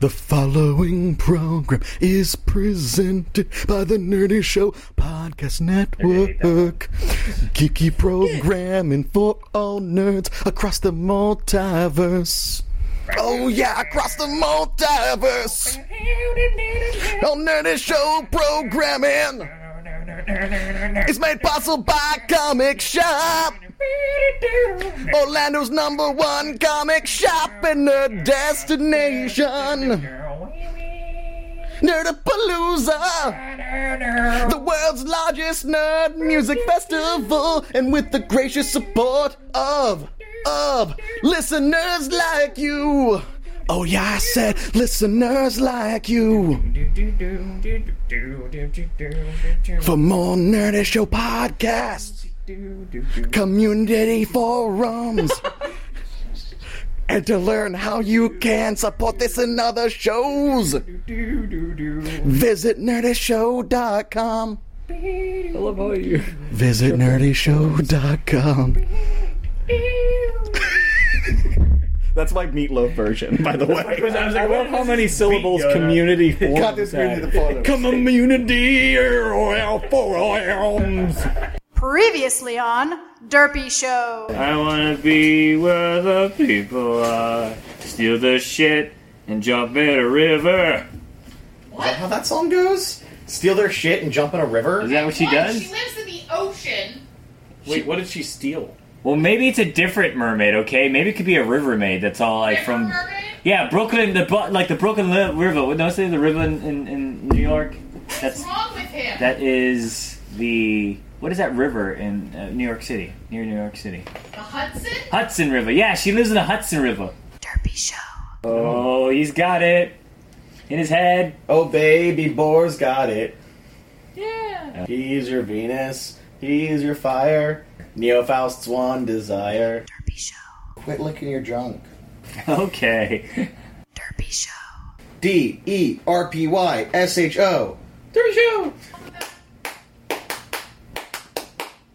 The following program is presented by the Nerdy Show Podcast Network. Geeky programming for all nerds across the multiverse. Oh yeah, across the multiverse. On Nerdy Show programming is made possible by Comic Shop. Orlando's number one comic shop and nerd destination. Nerdapalooza, the world's largest nerd music festival, and with the gracious support of of listeners like you. Oh yeah, I said listeners like you. For more Nerdy Show podcasts, community forums, and to learn how you can support this and other shows, visit nerdyshow.com. I love how you. Visit nerdyshow.com. That's my meatloaf version, by the way. I was like, well, how many syllables community forms Got this had? green to the bottom. Community oil for oils. Previously on Derpy Show. I wanna be where the people are. Steal the shit and jump in a river. Is that how that song goes? Steal their shit and jump in a Is river? that what she She does? lives in the ocean. Wait, what did she steal? Well, maybe it's a different mermaid. Okay, maybe it could be a river maid. That's all like from. Yeah, Brooklyn, the bu- like the Brooklyn Li- River. What no, say the river in, in, in New York. That's What's wrong with him? that is the what is that river in uh, New York City? Near New York City, the Hudson? Hudson River. Yeah, she lives in the Hudson River. Derpy Show. Oh, he's got it in his head. Oh, baby, Boar's got it. Yeah. He's your Venus. He's your fire. Neofaust's one desire. Derpy Show. Quit licking your junk. Okay. Derpy Show. D E R P Y S H O. Dirty show.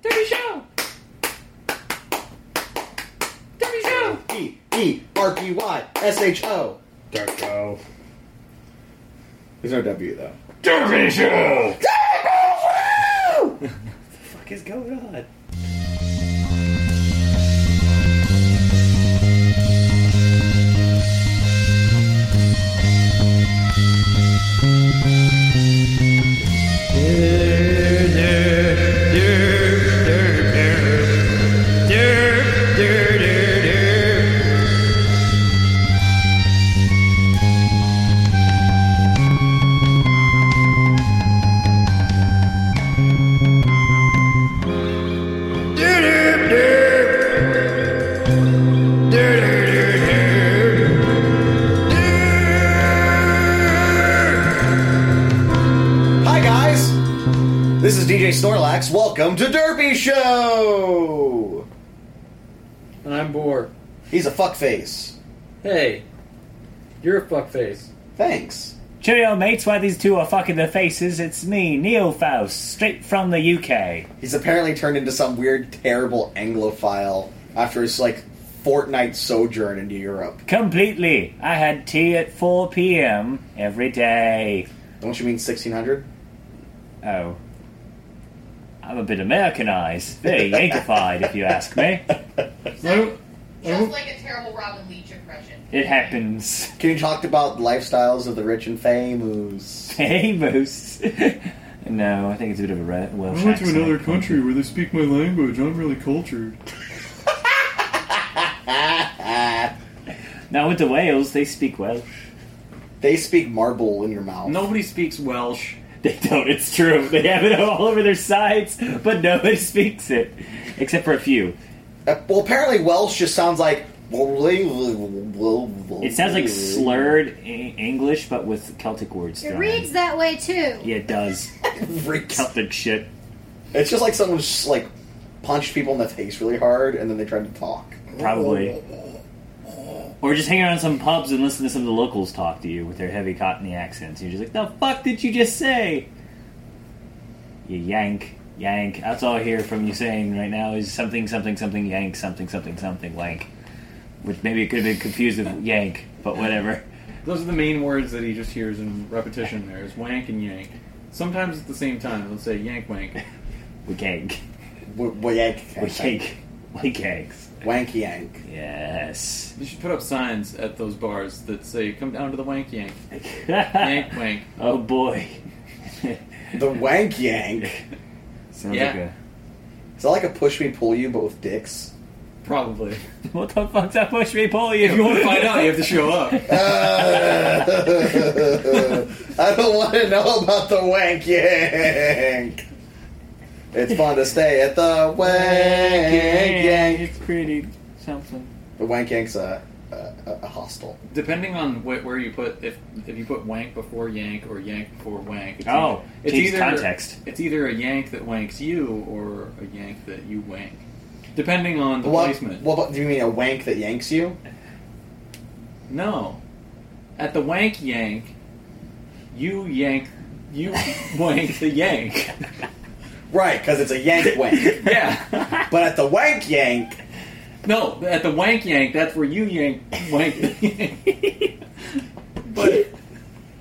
Dirty show. Dirty show. D E R P Y S H O. Darko. There's no W though. Derby show. Fuck is going on? Hi guys! This is DJ Snorlax. Welcome to Derpy Show! And I'm bored. He's a fuckface. Hey, you're a fuckface. Thanks. Cheerio, mates. Why these two are fucking their faces? It's me, Neil Faust, straight from the UK. He's apparently turned into some weird, terrible Anglophile after his, like, fortnight sojourn into Europe. Completely. I had tea at 4 p.m. every day. Don't you mean 1600? Oh. I'm a bit Americanized. Very Yankified, if you ask me. Just like a terrible Robin Leach impression. It happens. Can you talk about lifestyles of the rich and famous? Hey, Moose. no, I think it's a bit of a re- Welsh I went to accent. another country where they speak my language. I'm really cultured. No, I went to Wales. They speak Welsh. They speak marble in your mouth. Nobody speaks Welsh. They don't. It's true. They have it all over their sides, but nobody speaks it except for a few. Uh, well, apparently Welsh just sounds like It It sounds like slurred E- English, but with Celtic words. It thrown reads in. that way too. Yeah, it does. Celtic shit. It's just like someone just like punched people in the face really hard and then they tried to talk. Probably. Or just hang around some pubs and listen to some of the locals talk to you with their heavy cockney accents. You're just like, the fuck did you just say? You yank, yank. That's all I hear from you saying right now is something, something, something, yank, something, something, something, lank. Which maybe it could have been confused with yank, but whatever. Those are the main words that he just hears in repetition there is wank and yank. Sometimes at the same time, they'll say yank wank. We yank. W- Wank. We yank. We yanks. Wank yank. Yes. You should put up signs at those bars that say, come down to the wank yank. Yank oh wank. boy. The wank yank. Sounds Yeah. like a. Is that like a push me pull you but with dicks? Probably. What the fuck's that push me pull you? If you want to find out, you have to show up. I don't want to know about the wank yank. It's fun to stay at the wank yank. It's pretty something. The wank yank's a, a, a hostel. Depending on wh- where you put, if if you put wank before yank or yank before wank, it's Oh, either- it's change either context. It's either a yank that wanks you or a yank that you wank, depending on the What, placement. what about- do you mean a wank that yanks you? No, at the wank yank, you yank, you wank the yank. Right, because it's a yank wank. Yeah, but at the wank yank, no, at the wank yank, that's where you yank wank the yank. but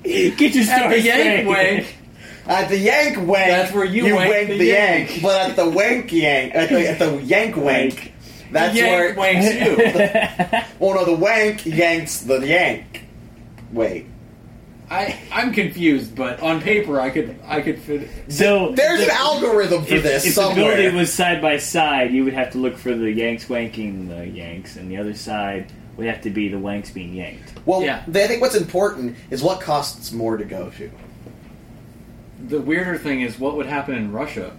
Get your at the story straight. yank wank, at the yank wank, That's where you wank wank the yank. yank. But at the wank yank, at the, at the yank wank, that's yank where. wanks you. Oh no, the wank yanks the yank. Wait, I I'm confused, but on paper I could I could fit. so there's an algorithm for if, this if somewhere. the building was side by side, you would have to look for the Yanks wanking the Yanks, and the other side would have to be the Wanks being yanked. well, Yeah. I think what's important is what costs more to go to. The weirder thing is what would happen in Russia.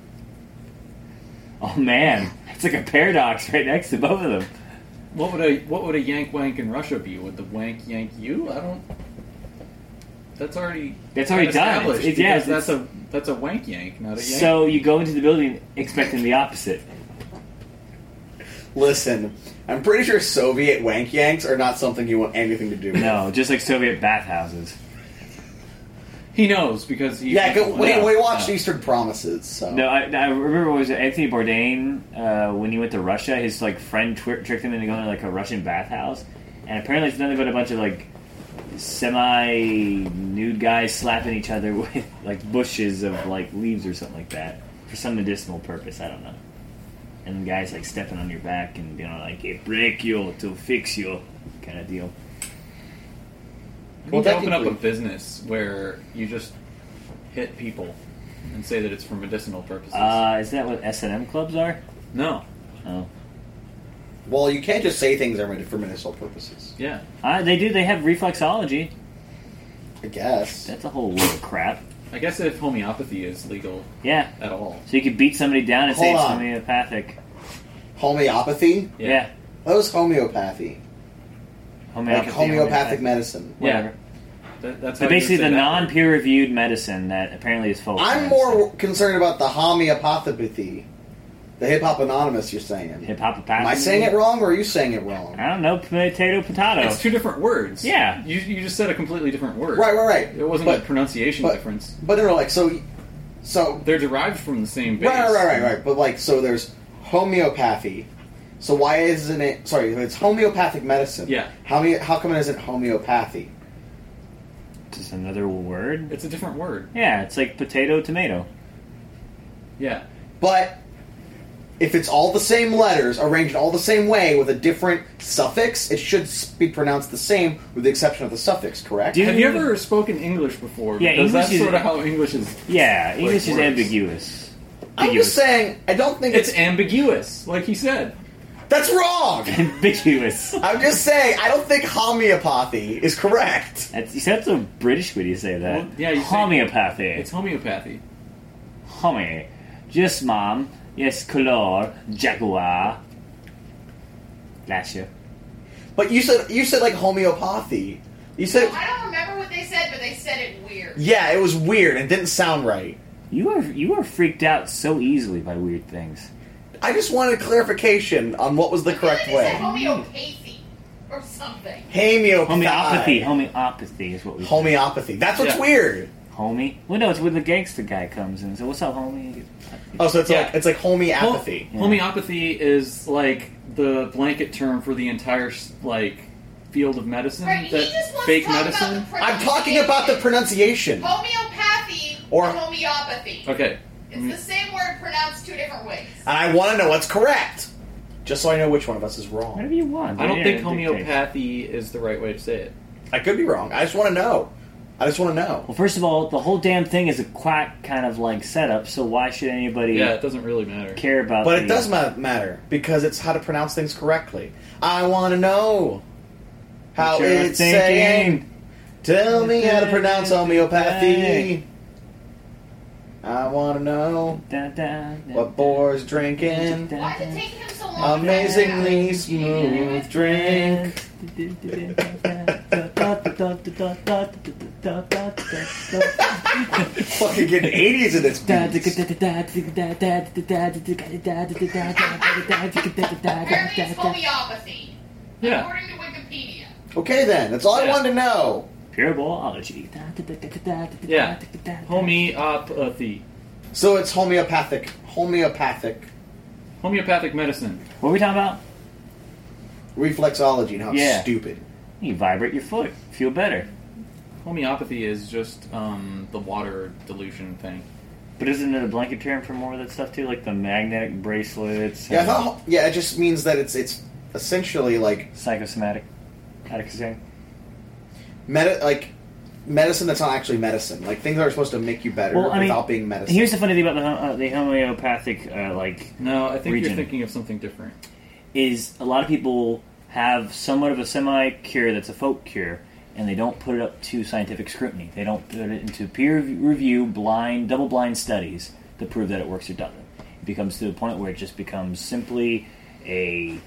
Oh man, it's like a paradox right next to both of them. What would a what would a yank wank in Russia be? Would the wank yank you? I don't. That's already That's already done. established It's- it's- yeah, because that's a that's a wank yank, not a yank. So you go into the building expecting the opposite. Listen, I'm pretty sure Soviet wank yanks are not something you want anything to do with. No, just like Soviet bathhouses. he knows because he Yeah, go, we, No, we watched no. Eastern Promises, so. No, I, I remember what was it, Anthony Bourdain uh, when he went to Russia. His like friend twi- tricked him into going to like a Russian bathhouse, and apparently it's nothing but a bunch of like semi-nude guys slapping each other with like bushes of like leaves or something like that for some medicinal purpose. I don't know. And the guys like stepping on your back and you know like it break you to fix you kind of deal. We Well, need to open up a technically- business where you just hit people and say that it's for medicinal purposes. Uh, is that what S and M clubs are? no, Oh, Well, you can't just say things are meant for medicinal purposes. yeah, uh, they do. They have reflexology. I guess. That's a whole load of crap. I guess if homeopathy is legal Yeah. at all, So you could beat somebody down and say Hold it's on. homeopathic. Homeopathy? Yeah. That was homeopathy. Homeopathy. like homeopathic medicine. Whatever. That, that's But how you basically, say the that. non peer reviewed medicine that apparently is full. of I'm more concerned about the homeopathy. The hip hop anonymous, you're saying. Hip hop Am I saying it wrong or are you saying it wrong? I don't know. Potato, potato. It's two different words. Yeah. you, you just said a completely different word. Right, right, right. It wasn't a but, pronunciation but- difference. But no, like, so. So. They're derived from the same base. Right, right, right, right, right. But, like, so there's homeopathy. So why isn't it. Sorry, it's homeopathic medicine. Yeah. How, many, how come it isn't homeopathy? Just another word. It's a different word. Yeah, it's like potato, tomato. Yeah. But if it's all the same letters arranged all the same way with a different suffix, it should s- be pronounced the same with the exception of the suffix, correct? Dude. Have you ever spoken English before? Yeah, because English that's is- sort of how English is. Yeah, English is words. ambiguous. I'm just saying, I don't think it's, It's ambiguous, like he said. that's wrong. Ambiguous. I'm just saying, I don't think homeopathy is correct. That's, you sound so British when you say that. Well, yeah, you say- homeopathy. It's homeopathy. homie. Yes, mom. Yes, color. Jaguar. Bless you. But you said you said like homeopathy. You said I don't remember what they said, but they said it weird. yeah, it was weird and didn't sound right. You are you are freaked out so easily by weird things. I just wanted clarification on what was the correct They said way. homeopathy or something. Homeopathy. Homeopathy, homeopathy is what we. Homeo. Homeopathy. That's what's Yeah. weird. Homie. Well, no, it's when the gangster guy comes in. and says, "What's up, homie?" Oh, so it's Yeah. like it's like homeopathy. Home- Homeopathy is like the blanket term for the entire like field of medicine. Right, he that just wants fake to talk medicine. about the I'm talking about the pronunciation. Homeopathy Or- or homeopathy. okay. It's the same word pronounced two different ways. and I want to know what's correct, just so I know which one of us is wrong. Whatever you want. I don't Yeah, think it dictates. homeopathy is the right way to say it. I could be wrong. I just want to know. I just want to know. Well, first of all, the whole damn thing is a quack kind of like setup. So why should anybody Yeah, it doesn't really matter. care about? But it the- does ma- matter because it's how to pronounce things correctly. I want to know how what you're it's saying. thinking. Tell me how to pronounce homeopathy. Hey. I want to know Da, da, da, what Boar's drinking. Why did it take him so long? Um, to figure it Amazingly smooth drink. Fucking getting 80s in this beat. out? Apparently, it's homeopathy. Yeah. According to Wikipedia. Okay then, that's all I Yeah. wanted to know. Purebology. Yeah. Homeopathy. So it's homeopathic. Homeopathic. Homeopathic medicine. What were we talking about? Reflexology and how Yeah. stupid. You vibrate your foot, feel better. Homeopathy is just um, the water dilution thing. But isn't it a blanket term for more of that stuff too, like the magnetic bracelets? Yeah, I and thought, ho- yeah, it just means that it's it's essentially like psychosomatic. Catechism. medi- like medicine that's not actually medicine. Like things that are supposed to make you better Well, I mean, without being medicine. Here's the funny thing about the, hom- uh, the homeopathic, uh, like No, I think Region. you're thinking of something different. is a lot of people have somewhat of a semi cure that's a folk cure, and they don't put it up to scientific scrutiny. They don't put it into peer review, blind, double blind studies to prove that it works or doesn't. It becomes to the point where it just becomes simply a,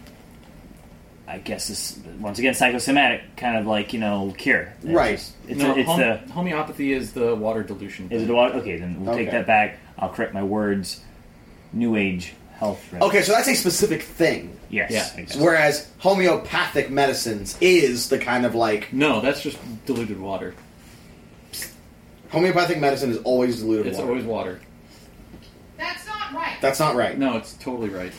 I guess, this, once again, psychosomatic kind of like, you know, cure. It's Right. just- It's, no, a, it's home- a, homeopathy is the water dilution. is it a water? Okay, then we'll take Okay. that back. I'll correct my words. New age health. remedy. okay, so that's a specific thing. Yes. Yeah. I guess. Whereas homeopathic medicines is the kind of like no, that's just diluted water. homeopathic medicine is always diluted It's water. always water. That's not right. that's not right. No, it's totally right.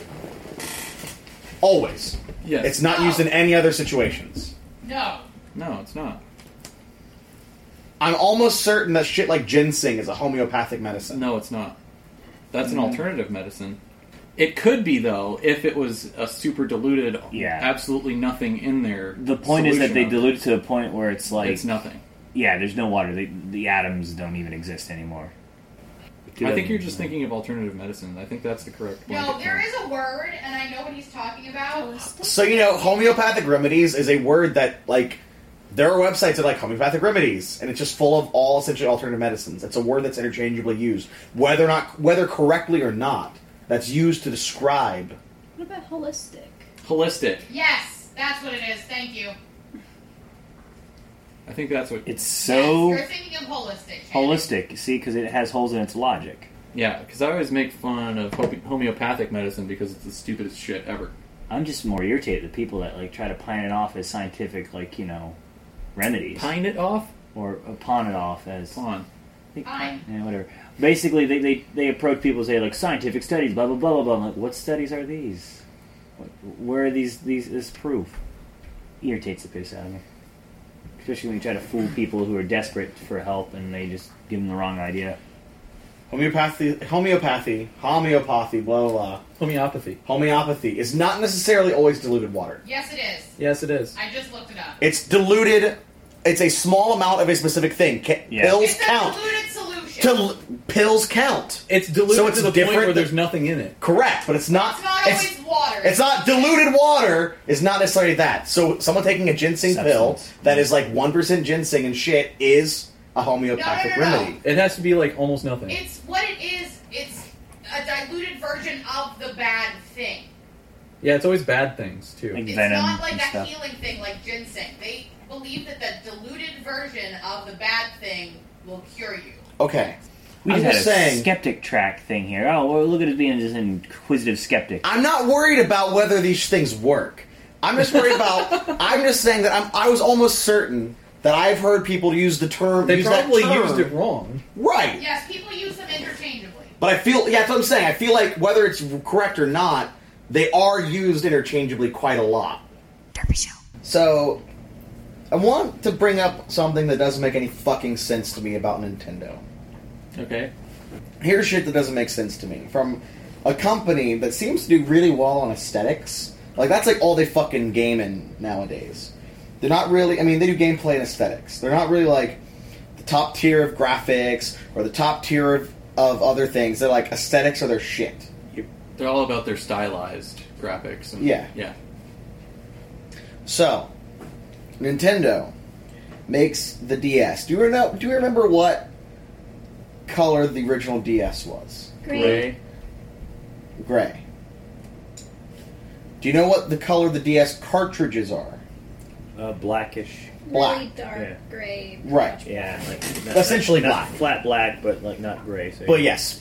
Always. Yes. It's not used in any other situations. no. No, it's not. I'm almost certain that shit like ginseng is a homeopathic medicine. No, it's not. That's Mm-hmm. an alternative medicine. It could be though if it was a super diluted, Yeah. absolutely nothing in there. The point is that solution they of it. dilute it to a point where it's like It's nothing. Yeah, there's no water. They, the atoms don't even exist anymore. I think you're just thinking of alternative medicine. I think that's the correct. No, blanket there term. is a word, and I know what he's talking about. So you know, homeopathic remedies is a word that like there are websites that are like homeopathic remedies, and it's just full of all essentially alternative medicines. It's a word that's interchangeably used, whether or not whether correctly or not. That's used to describe. What about holistic? holistic. Yes, that's what it is. Thank you. I think that's what. It's so Yes, you're thinking of holistic. holistic, see, because it has holes in its logic. Yeah, because I always make fun of hope- homeopathic medicine because it's the stupidest shit ever. I'm just more irritated at people that like try to pine it off as scientific, like you know, remedies Pine it off. or uh, pawn it off as On. Fine. yeah, whatever. Basically, they, they they approach people and say like scientific studies, blah blah blah blah blah. I'm like, what studies are these? What, where are these these this proof? Irritates the piss out of me. Especially when you try to fool people who are desperate for help and they just give them the wrong idea. Homeopathy, homeopathy, homeopathy, blah blah. blah. Homeopathy. Homeopathy is not necessarily always diluted water. Yes, it is. Yes, it is. I just looked it up. It's diluted. It's a small amount of a specific thing. Ca- Yeah. Pills It's a count. diluted solution. Til- pills count. It's diluted So it's to the point different where than- there's nothing in it. Correct, but it's not. it's not always water. It's not diluted water is not necessarily that. So someone taking a ginseng Substance. pill that is like one percent ginseng and shit is a homeopathic No, no, no, no. remedy. It has to be like almost nothing. It's what it is. It's a diluted version of the bad thing. Yeah, it's always bad things too. Like It's venom not like and that stuff. healing thing like ginseng. They believe that the diluted version of the bad thing will cure you. Okay. We I'm just had just a saying- skeptic track thing here. Oh, well, look at us being just an inquisitive skeptic. I'm not worried about whether these things work. I'm just worried about. I'm just saying that I'm, I was almost certain that I've heard people use the term. They use that probably term. used it wrong. Right. Yes, people use them interchangeably. But I feel, yeah, that's what I'm saying. I feel like whether it's correct or not, they are used interchangeably quite a lot. Derpy Show. So, I want to bring up something that doesn't make any fucking sense to me about Nintendo. Okay. Here's shit that doesn't make sense to me from a company that seems to do really well on aesthetics. Like that's like all they fucking game in nowadays. They're not really. I mean, they do gameplay and aesthetics. They're not really like the top tier of graphics or the top tier of, of other things. They're like aesthetics are their shit. They're all about their stylized graphics. And, Yeah. Yeah. So, Nintendo makes the DS. Do you know? Do you remember what color the original DS was? Gray. Gray. Do you know what the color of the DS cartridges are? Uh, blackish. Black. Really dark Yeah. gray. Right. Yeah, like not- Essentially not black. flat black, but like not gray. So But yes,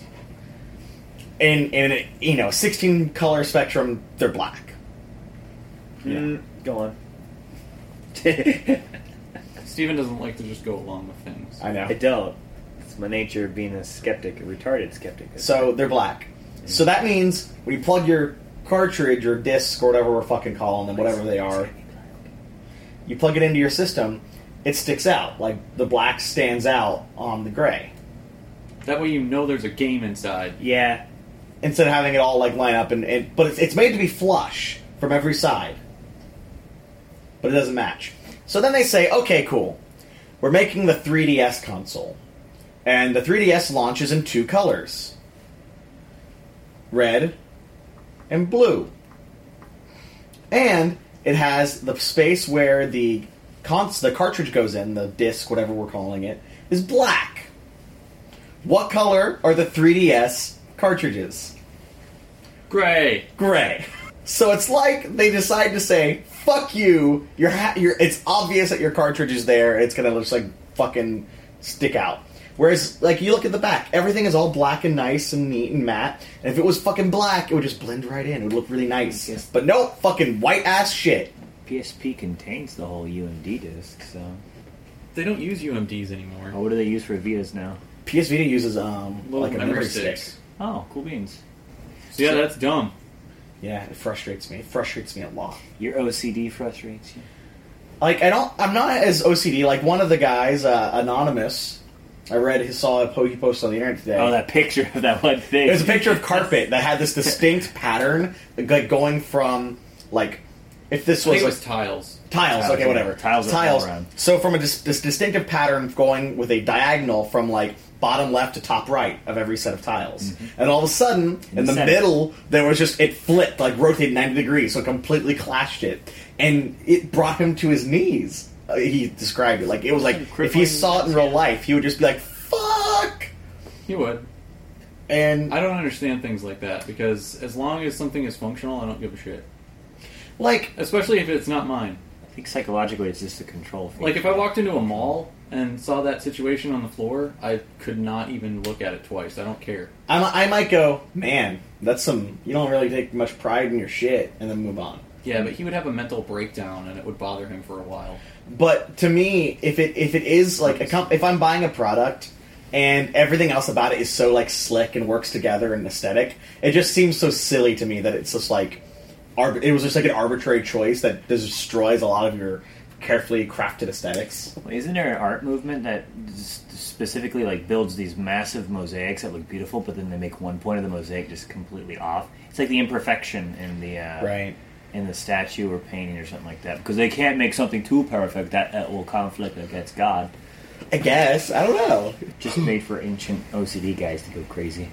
in in you know sixteen color spectrum, they're black. Mm, Go on. I Steven doesn't like to just go along with things. know. don't. It's my nature of being a skeptic, a retarded skeptic. So they're black. So that means when you plug your cartridge or disc or whatever we're fucking calling them, whatever they are, you plug it into your system, it sticks out. Like the black stands out on the gray. That way you know there's a game inside. Yeah, Instead of having it all like line up and, and but it's, it's made to be flush from every side. But it doesn't match. So then they say, okay, cool. We're making the 3DS console. And the 3DS launches in two colors. Red and blue. And it has the space where the cons- the cartridge goes in, the disc, whatever we're calling it, is black. What color are the 3DS cartridges? Gray. Gray. So it's like they decide to say, "Fuck you! Your ha- your it's obvious that your cartridge is there. It's gonna just like fucking stick out." Whereas, like, you look at the back, everything is all black and nice and neat and matte. And if it was fucking black, it would just blend right in. It would look really nice. Yes. But no, fucking white ass shit. PSP contains the whole UMD disc. So, They don't use UMDs anymore. oh, what do they use for Vitas now? PS Vita uses um Little like a memory memory stick. sticks. Oh, cool beans. So yeah, that's dumb. Yeah, it frustrates me. It frustrates me a lot. Your OCD frustrates you. like I don't I'm not as OCD like one of the guys uh, anonymous I read his saw a po- he post on the internet today. Oh, that picture of that one thing. it was a picture of carpet that had this distinct pattern like going from like if this I think was it like was tiles. tiles, Tiles, okay yeah. whatever Tiles are tiles all around. so from a dis- this distinctive pattern going with a diagonal from like bottom left to top right of every set of tiles and all of a sudden in, the the center. middle there was just it flipped like rotated 90 degrees so it completely clashed it and it brought him to his knees Uh, he described it like it was like if he crippling- saw it in real life he would just be like fuck You would. and I don't understand things like that because as long as something is functional, I don't give a shit. like Especially if it's not mine. I think psychologically, it's just a control thing. Like if I walked into a mall and saw that situation on the floor, I could not even look at it twice. I don't care. I, mi- I might go man that's some you don't really take much pride in your shit and then move on Yeah, but he would have a mental breakdown and it would bother him for a while. But to me, if it if it is like a comp- if I'm buying a product and everything else about it is so like slick and works together and aesthetic, it just seems so silly to me that it's just like arb- it was just like an arbitrary choice that destroys a lot of your carefully crafted aesthetics. Isn't there an art movement that s- specifically like builds these massive mosaics that look beautiful, but then they make one point of the mosaic just completely off? It's like the imperfection in the uh, in the statue or painting or something like that, because they can't make something too perfect that, that will conflict against God. I guess I don't know. Just made for ancient OCD guys to go crazy.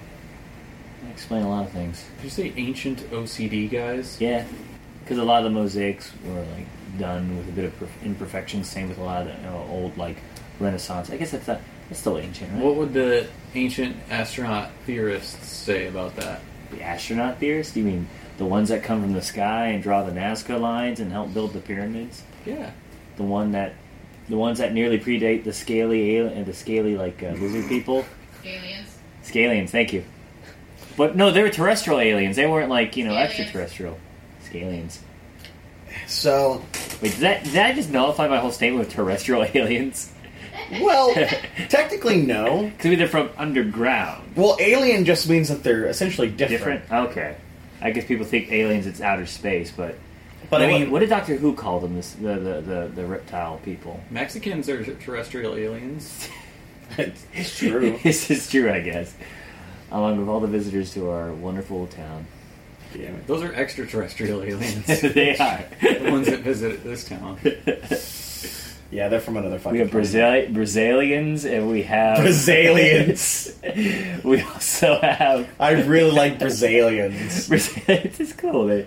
That explain a lot of things. Did you say ancient OCD guys? Yeah, because a lot of the mosaics were like done with a bit of perf- imperfection. Same with a lot of the you know, old like Renaissance. I guess that's not, that's still ancient, right? What would the ancient astronaut theorists say about that? The astronaut theorists? You mean the ones that come from the sky and draw the Nazca lines and help build the pyramids? Yeah. The one that, the ones that nearly predate the scaly alien, the scaly like uh, lizard people, Aliens. scalians. Thank you. But no, they were terrestrial aliens. They weren't like you know Scalians. extraterrestrial. Scalians. So, Wait, did that did I just nullify my whole statement with terrestrial aliens? well, technically no. Because they're from underground. Well, alien just means that they're essentially different. Different. Okay. I guess people think aliens it's outer space, but But I No, mean, what, what did Doctor Who call them? This the the, the, the reptile people. Mexicans are terrestrial aliens. it's true. this is true, I guess. Along with all the visitors to our wonderful town, Damn it. Those are extraterrestrial aliens. the they are. ones that visit this town. Yeah, they're from another fucking. We have planet. Brazil- Brazilians, and we have Brazilians. we also have I really like Brazilians. Brazilians. It's cool. They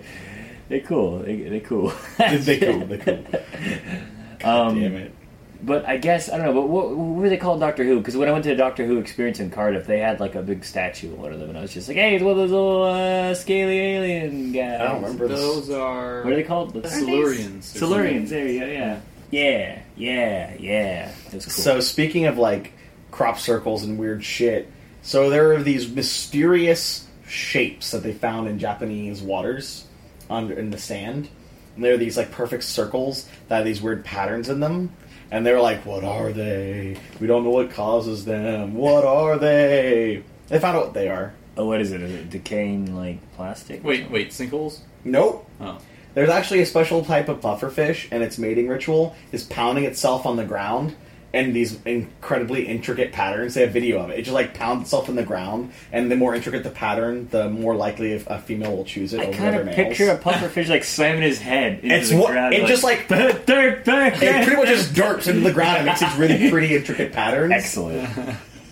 they cool. They they cool. they cool. They cool. Um, Damn it. But I guess I don't know. But what, what were they called, Doctor Who? Because when I went to the Doctor Who experience in Cardiff, they had like a big statue in one of them, and I was just like, "Hey, it's one of those little uh, scaly alien guys." I don't remember this. Those are. What are they called? The Silurians. Silurians. There you go. Yeah. Yeah. Yeah. Yeah. That's cool. So speaking of like crop circles and weird shit, so there are these mysterious shapes that they found in Japanese waters under in the sand. And there are these like perfect circles that have these weird patterns in them. And they're like, what are they? We don't know what causes them. What are they? They found out what they are. oh, what is it? Is it decaying like plastic? Wait, wait, sinkholes? Nope. Oh. There's actually a special type of pufferfish, and its mating ritual is pounding itself on the ground and these incredibly intricate patterns. They have video of it. It just like pounds itself in the ground, and the more intricate the pattern, the more likely if a female will choose it I over kind other of males. picture a pufferfish like slamming his head. Into It's the what- ground, it just, like- "Dirt, dirt, dirt, it dirt." pretty much just darts into the ground and makes these really pretty intricate patterns. excellent.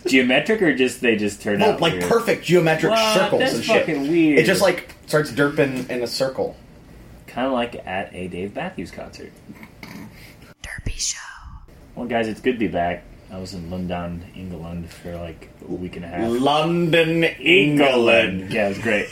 Geometric or just they just turn No, out like weird? perfect geometric What? circles That's and shit. fucking weird. It just like starts derping in a circle. kind of like at a Dave Matthews concert. Derpy Show. Well, guys, it's good to be back. I was in London, England for like a week and a half. London, England. Yeah, it was great.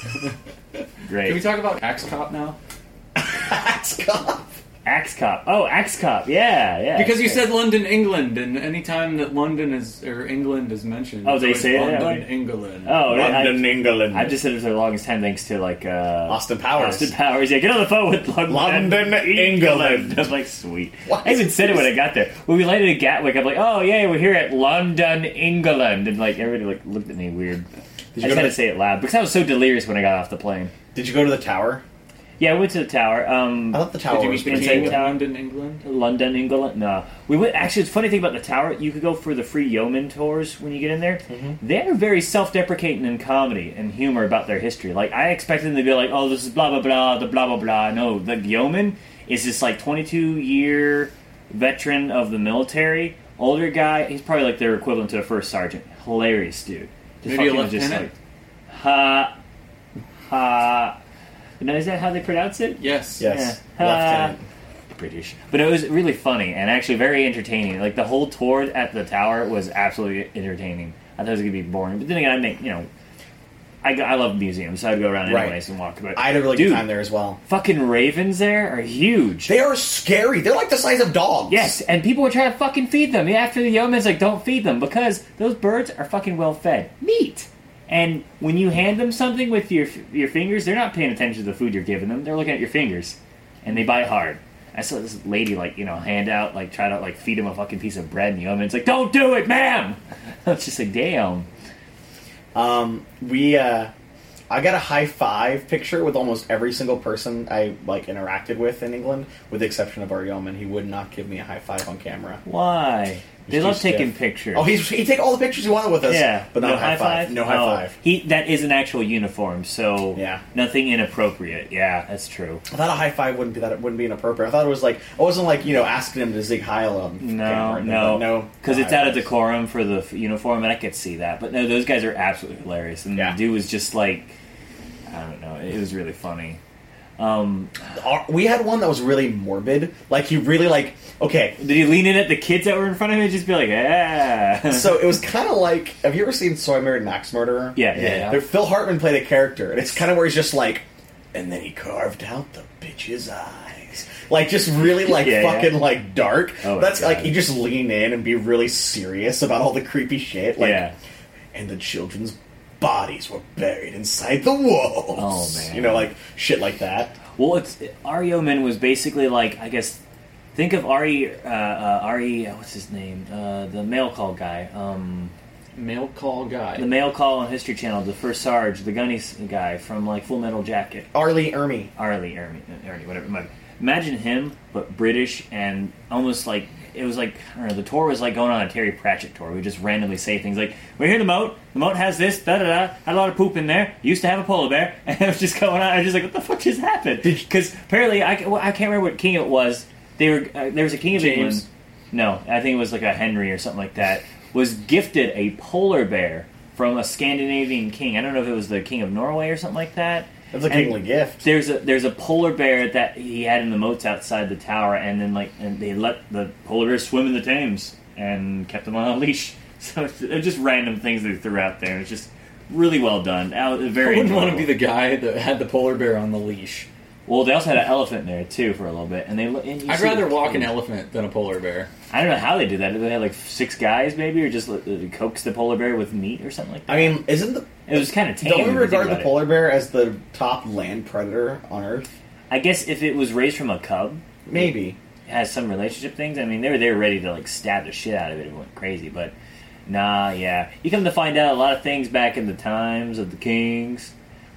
great. Can we talk about Axe Cop now? That's Oh, cough. Axe Cop. Oh, Axe Cop. Yeah, yeah. Because you Okay. said London, England, and any time that London is or England is mentioned, Oh, it's they always say it? Yeah, London, okay. England. Oh, yeah, London, England. I, I've just said it for the longest time, thanks to like uh, Austin Powers. Austin Powers. Yeah, get on the phone with London, London, England. I'm like, sweet. What? I even said it when I got there. When we landed at Gatwick, I'm like, oh yeah, we're here at London, England, and like everybody like looked at me weird. I go just to had to the- say it loud because I was so delirious when I got off the plane. Did you go to the tower? Yeah, I went to the tower. Um, I thought the tower Did you meet was the pretty Inside king cool. with town. London, England? Oh, London, England. No, we went. Actually, it's funny thing about the tower. You could go for the free yeoman tours when you get in there. Mm-hmm. They're very self-deprecating in comedy and humor about their history. Like I expected them to be like, "Oh, this is blah blah blah, the blah blah blah." No, the yeoman is this like 22-year veteran of the military, older guy. He's probably like their equivalent to a first sergeant. Hilarious dude. Just Maybe a fucking just like, lieutenant? ha, ha. Now is that how they pronounce it? Yes. Yes. Yeah. Lieutenant. British. But it was really funny and actually very entertaining. Like the whole tour at the tower was absolutely entertaining. I thought it was gonna be boring, but then again, I make you know, I, go- I love museums, so I'd go around Right. anyways and walk. But I had a really dude, good time there as well. Fucking ravens there are huge. They are scary. They're like the size of dogs. Yes, and people were trying to fucking feed them. Yeah, After the yeoman's like, don't feed them because those birds are fucking well fed. Meat. And when you hand them something with your your fingers, they're not paying attention to the food you're giving them. They're looking at your fingers, and they bite hard. I saw this lady like you know hand out like try to like feed him a fucking piece of bread, and the yeoman's like, don't do it, ma'am. I was just like, damn. We, uh, I got a high five picture with almost every single person I like interacted with in England, with the exception of our yeoman. He would not give me a high five on camera. Why? They He's love too taking stiff. pictures. Oh, he's, he take all the pictures he wanted with us. Yeah, but not a high, five. No high Oh, five. He that is an actual uniform, so Yeah. nothing inappropriate. Yeah, that's true. I thought a high five wouldn't be that wouldn't be inappropriate. I thought it was like I wasn't like you know asking him to zig high on No, camera, no, but no, because no it's high out of fives. decorum for the f- uniform, and I could see that. But no, those guys are absolutely hilarious, and Yeah. the dude was just like, I don't know, it was really funny. Um, Our- We had one that was really morbid. Like he really like okay. did he lean in at the kids that were in front of him and just be like, ah? So it was kind of like have you ever seen So I Married an Axe Murderer? Yeah, yeah, yeah. There- Phil Hartman played a character, and it's kind of where he's just like, and then he carved out the bitch's eyes. Like just really like Yeah, yeah. fucking like dark. Oh my That's God. like you just lean in and be really serious about all the creepy shit. Like, yeah. and the children's bodies were buried inside the walls. Oh, man. you know like shit like that. Well, it's Ari Oman was basically like I guess think of Ari uh, uh, Ari uh, what's his name uh, the mail call guy um, Mail call guy. the mail call on History Channel the first Sarge the gunny s- guy from like Full Metal Jacket Arlie Ermy. Arlie Ernie, Ernie whatever it might be. imagine him but British and almost like it was like I don't know the tour was like going on a Terry Pratchett tour we would just randomly say things like we're here the moat the moat has this da da da had a lot of poop in there used to have a polar bear and it was just going on I was just like what the fuck just happened because apparently I, ca- well, I can't remember what king it was they were uh, there was a king of England James. no I think it was like a Henry or something like that was gifted a polar bear from a Scandinavian king I don't know if it was the king of Norway or something like that That's a And- kingly gift. there's a there's a polar bear that he had in the moats outside the tower, and then like and they let the polar bear swim in the Thames and kept him on a leash. So it's, they're just random things they threw out there. It's just really well done. Out- I Very. wouldn't want to enjoyable. be the guy that had the polar bear on the leash. Well, they also had an elephant there too for a little bit, and they. And you I'd see- rather walk an elephant than a polar bear. I don't know how they did that. Did they have like six guys maybe, or just like, uh, coax the polar bear with meat or something like that? I mean, isn't the It was kind of tame. Don't when we you think regard about the it. polar bear as the top land predator on Earth? I guess if it was raised from a cub, Maybe. has some relationship things. I mean, they were they were ready to like stab the shit out of it. It went crazy, but nah, yeah. You come to find out, a lot of things back in the times of the kings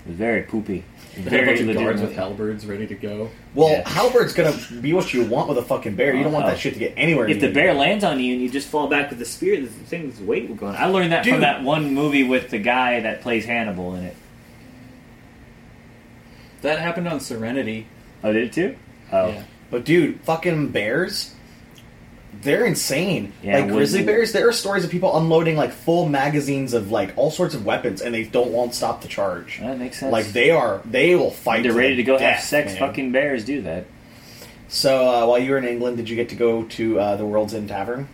was very poopy, They had a very bunch of guards legitimate. with halberds ready to go. Well, Yeah. Oh. halberd's gonna be what you want with a fucking bear. You don't want that shit to get anywhere. If near the bear you. lands on you and you just fall back with the spear, the thing's weight will go on. I learned that from Dude. that one movie with the guy that plays Hannibal in it. That happened on Serenity. Oh, did it too? Oh, Yeah. but dude, fucking bears, they're insane. Yeah, like grizzly wouldn't- bears, there are stories of people unloading like full magazines of like all sorts of weapons, and they don't won't stop the charge. that makes sense. like they are, they will fight. they're ready to the go have death, sex. man. Fucking bears do that. So uh, while you were in England, did you get to go to uh, the World's End Tavern?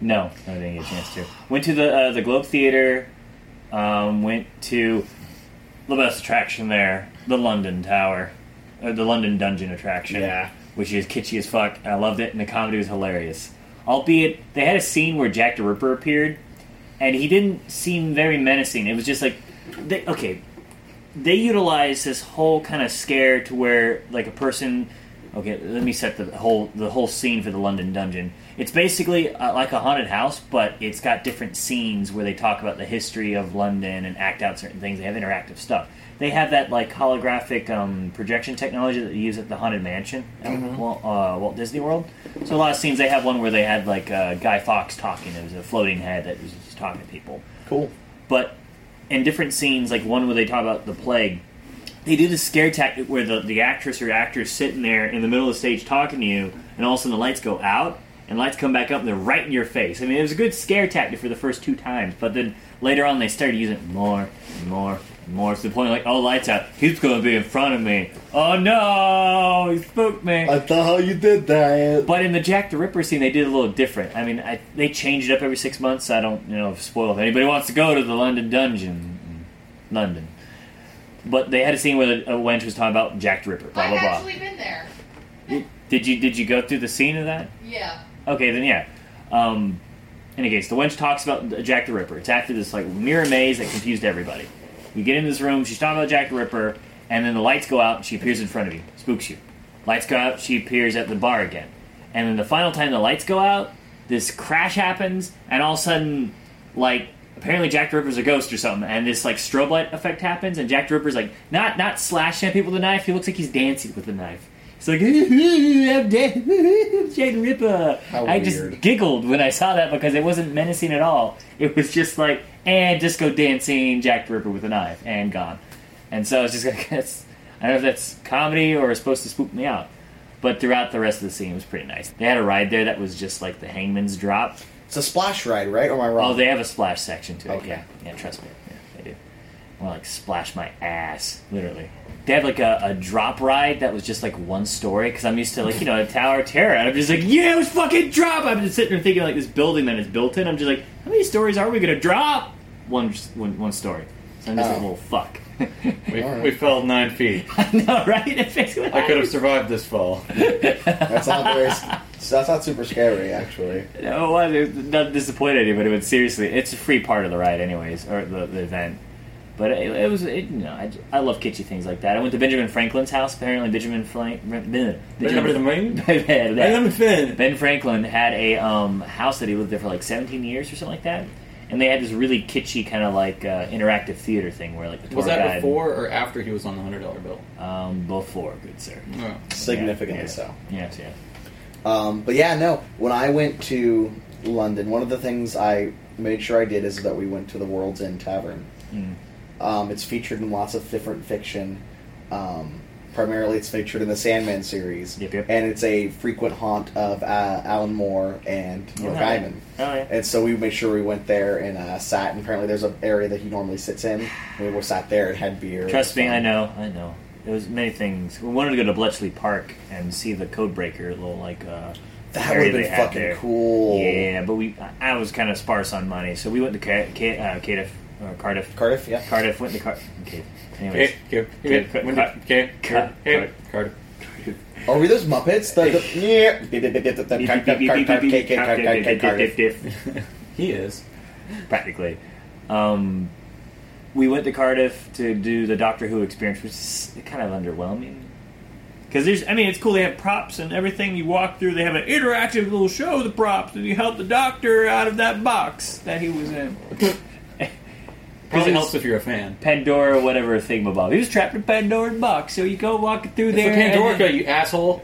No, I didn't get a chance to. Went to the uh, the Globe Theater. Um, went to the best attraction there, the London Tower, or the London Dungeon attraction. Yeah. which is kitschy as fuck. I loved it, and the comedy was hilarious. Albeit they had a scene where Jack the Ripper appeared, and he didn't seem very menacing. It was just like, they, okay, they utilize this whole kind of scare to where like a person okay let me set the whole the whole scene for the london dungeon it's basically uh, like a haunted house but it's got different scenes where they talk about the history of london and act out certain things they have interactive stuff they have that like holographic um, projection technology that they use at the haunted mansion at Walt, uh, Walt Disney World. So a lot of scenes they have one where they had like uh, Guy Fox talking. It was a floating head that was just talking to people Cool. but in different scenes, like one where they talk about the plague, they do this scare tactic where the, the actress or actor is sitting there in the middle of the stage talking to you, and all of a sudden the lights go out, and lights come back up, and they're right in your face. I mean, it was a good scare tactic for the first two times, but then later on they started using it more and more and more to the point like, oh, lights out, he's going to be in front of me. Oh no, he spooked me. Oh, thought how you did that. But in the Jack the Ripper scene, they did it a little different. I mean, I, they changed it up every six months. I don't, you know, spoil if anybody wants to go to the London Dungeon, London. But they had a scene where a wench was talking about Jack the Ripper. Blah I've blah blah. actually been there. Did you did you go through the scene of that? Yeah. Okay, then yeah. Um, in any case, the wench talks about Jack the Ripper. It's after this like mirror maze that confused everybody. You get in this room, she's talking about Jack the Ripper, and then the lights go out. and She appears in front of you, spooks you. Lights go out, she appears at the bar again, and then the final time the lights go out, this crash happens, and all of a sudden, like apparently Jack the Ripper's a ghost or something, and this like strobe light effect happens, and Jack the Ripper's like not not slashing at people with a knife. He looks like he's dancing with a knife. It's like I'm dead, Jack the Ripper. How I weird. just giggled when I saw that because it wasn't menacing at all. It was just like and disco dancing Jack the Ripper with a knife and gone. And so I was just like, that's, I don't know if that's comedy or it's supposed to spook me out. But throughout the rest of the scene, it was pretty nice. They had a ride there that was just like the hangman's drop. It's a splash ride, right? Or am I wrong? Oh, they have a splash section to it. Okay. Yeah, yeah. Trust me, yeah, they do. I want to like splash my ass, literally. they had like a, a drop ride that was just like one story because I'm used to like you know a Tower of Terror and I'm just like yeah it was fucking drop. I'm just sitting there thinking like this building that is built in. I'm just like how many stories are we gonna drop? One one, one story. So I'm just like Oh. well fuck. We, we fell nine feet. I know right? That's basically what I could happened. have survived this fall. That's not very. so that's not super scary, actually. No, well, it- not to disappoint anybody, but seriously, it's a free part of the ride, anyways, or the, the event. But it, it was, it, you know, I, j- I love kitschy things like that. I went to Benjamin Franklin's house. Apparently, Benjamin Franklin. Benjamin Ben Franklin had a um, house that he lived there for like 17 years or something like that. And they had this really kitschy kind of like uh, interactive theater thing where like the tour Was that guide, before or after he was on the hundred dollar bill? Um, before, good sir. No. Significantly Yeah. so. Yes, yes. Um, but yeah, no. When I went to London, one of the things I made sure I did is that we went to the World's End Tavern. Um, it's featured in lots of different fiction. Um, primarily, it's featured in the Sandman series, Yep, yep. and it's a frequent haunt of uh, Alan Moore and Neil Oh, Gaiman. yeah. Oh, yeah. And so we made sure we went there and uh, sat. And apparently, there's an area that he normally sits in. We were sat there and had beer. Trust me, I know, I know. There was many things. We wanted to go to Bletchley Park and see the Codebreaker little like uh, That area would've been they had fucking there. cool. Yeah, but we I I was kind of sparse on money, so we went to Ca- Ca- uh, Cardiff, or Cardiff, Cardiff, yeah. Cardiff. Went to Cardiff. Okay. Anyways, Okay, okay, Good, okay, good, when cut, did- okay, cut, okay, card. Are we those Muppets? The, the, yeah. Beep, beep, beep, beep, beep, Beep, card, beep, beep, beep, card, card, beep, beep, cake, cake, card, beep, card, beep, beep, cake, card. beep, beep, beep. He is. practically. Um, we went to Cardiff to do the Doctor Who experience, which is kind of underwhelming. Because there's, I mean, it's cool. They have props and everything. You walk through, they have an interactive little show of the props, and you help the Doctor out of that box that he was in. Probably it's- helps if you're a fan. Pandora, whatever thingamabob. He was trapped in Pandora's box, so you go walking through It's there. a and- Pandora, you asshole.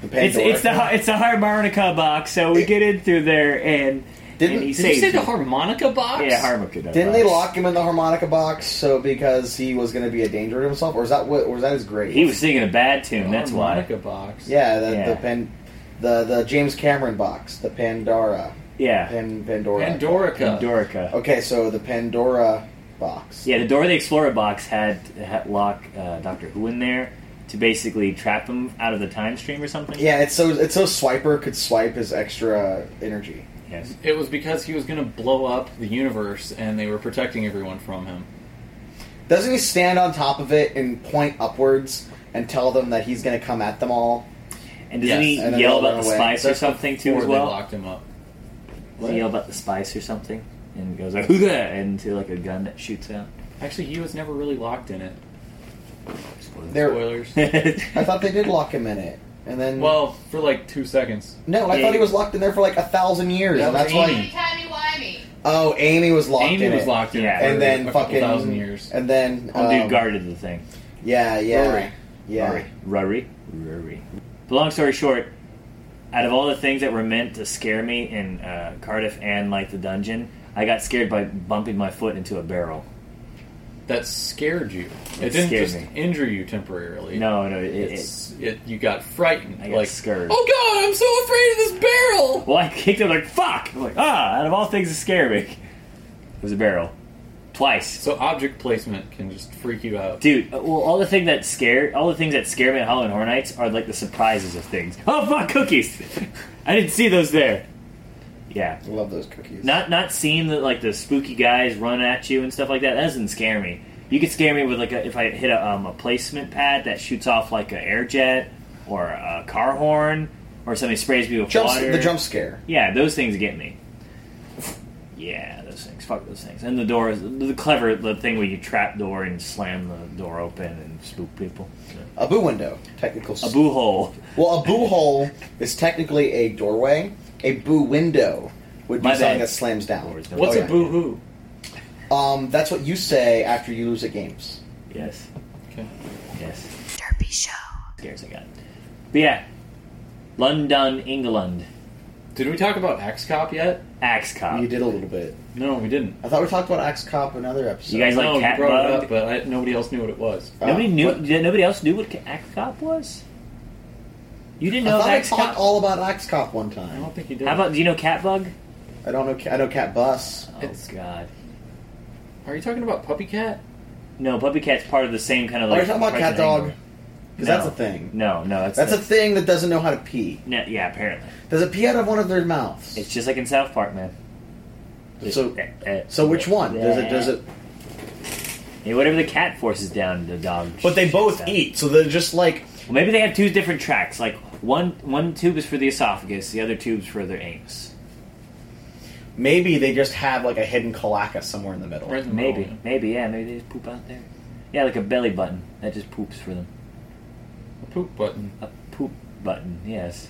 The It's, Pandora. it's the har- it's the harmonica box, so we get in through there and Didn't- and he Did did you you saves say the you. harmonica box? yeah harmonica Didn't they box. lock him in the harmonica box so because he was going to be a danger to himself, or is that what? Or was that his grave? He was singing a bad Oh, tune. That's why. harmonica box. Yeah, the, Yeah. the pen, the the James Cameron box, the Pandora, Yeah, Pan, Pandora. Pandorica. Pandorica. Okay, so the Pandora box. Yeah, the Dora the Explorer box had, had lock uh, Doctor Who in there to basically trap him out of the time stream or something. Yeah, it's so it's so Swiper could swipe his extra energy. Yes. It was because he was going to blow up the universe, and they were protecting everyone from him. Doesn't he stand on top of it and point upwards and tell them that he's going to come at them all? And doesn't Yes, he and then yell they'll about the run away. spice or That's something too Or as they well? locked him up. Does he yell about the spice or something? And goes like "Hooga!" into like a gun that shoots out. Actually, he was never really locked in it. There- Spoilers. I thought they did lock him in it, and then well, for like two seconds. no, I yeah. thought he was locked in there for like a thousand years, That and was that's why. Amy. Timey-wimey. Oh, Amy was locked Amy in was it. locked in Yeah. it for and then a couple fucking thousand years. and then One um, Oh, dude guarded the thing. Yeah, yeah, Rory. yeah. Rory. Rory. Rory. But long story short, out of all the things that were meant to scare me in uh, Cardiff and like the dungeon, I got scared by bumping my foot into a barrel. That scared you. It, It didn't scared just me. injure you temporarily. No, no, it, it, It's, it, you got frightened. I got like, scared. Oh god, I'm so afraid of this barrel! Well, I kicked it like fuck. I'm like ah, out of all things to scare me, it was a barrel, twice, So object placement can just freak you out. dude. uh, Well, all the thing that scared, all the things that scare me at Halloween Horror Nights are like the surprises of things. Oh fuck, cookies! I didn't see those there. Yeah, I love those cookies. not not seeing the like the spooky guys run at you and stuff like that. That doesn't scare me. You could scare me with like a, if I hit a, um, a placement pad that shoots off like an air jet or a car horn or somebody sprays me with Jump- water. the jump scare. Yeah, those things get me. Yeah, those things. Fuck those things. And the door is the clever the thing where you trap door and slam the door open and spook people. A boo window, technical. s- A boo hole. well, a boo hole is technically a doorway. A boo window would be My something bad. that slams down. Doors, no What's Oh, a yeah. boo-hoo? Um, that's what you say after you lose at games. Yes. Okay. Yes. Derpy Show. Scares I got. But yeah, London, England, Did we talk about Axe Cop yet? axe cop. You did a little bit. No, we didn't. I thought we talked about Axe Cop in another episode. You guys no, like you cat brought it bug? up, but I, nobody else knew what it was. Uh, nobody knew. what- did nobody else knew what ca- axe cop was. You didn't I know thought I axe talked cop. all about Axe Cop one I time. don't think you did. How about do you know cat bug? I don't know. I know Cat Bus. Oh It's- god. Are you talking about Puppy Cat? No, puppy cat's part of the same kind of Are like. you talking about cat depression dog? hangover. Because No. that's a thing. No, no, that's That's a the- thing that doesn't know how to pee. No, yeah, apparently. Does it pee out of one of their mouths? It's just like in South Park, man. So- Eh, eh, So which one? Does eh. it? Does it? Yeah, whatever the cat forces down, the dog. But they shits both down. eat, so they're just like Well, maybe they have two different tracks. Like one one tube is for the esophagus, the other tube's for their anus. maybe they just have like a hidden calaca somewhere in the middle. Right in the Maybe, middle. maybe, yeah, maybe they just poop out there. Yeah, like a belly button that just poops for them. A poop button. A poop button, yes,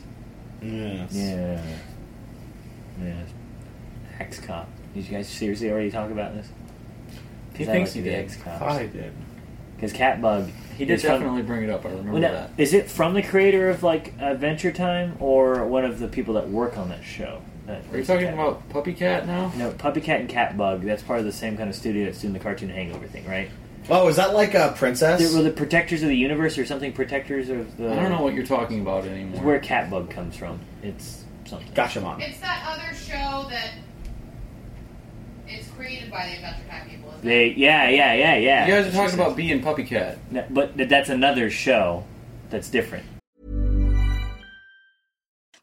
Yes. yeah, yes. Hex cop. Did you guys seriously already talk about this? He That thinks must he be did. Hex I cops. thought I did. Because Catbug, He it's did from- definitely bring it up. I remember Well, now, that. Is it from the creator of like Adventure Time or one of the people that work on that show? That Are you talking about Puppy Cat now? No, Puppy Cat and Cat Bug. That's part of the same kind of studio that's doing the cartoon Hangover thing, right? Oh, is that like a princess? They were the protectors of the universe or something. Protectors of the. I don't know what you're talking about It's anymore. where Cat Bug comes from. It's something. Gashimon. It's that other show that it's created by the Adventure Time people. Isn't it? They, yeah, yeah, yeah, yeah. you guys are She talking says- about Bee and Puppy Cat. No, but th- that's another show that's different.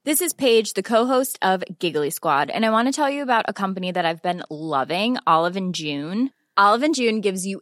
This is Paige, the co-host of Giggly Squad, and I want to tell you about a company that I've been loving, Olive and June. Olive and June gives you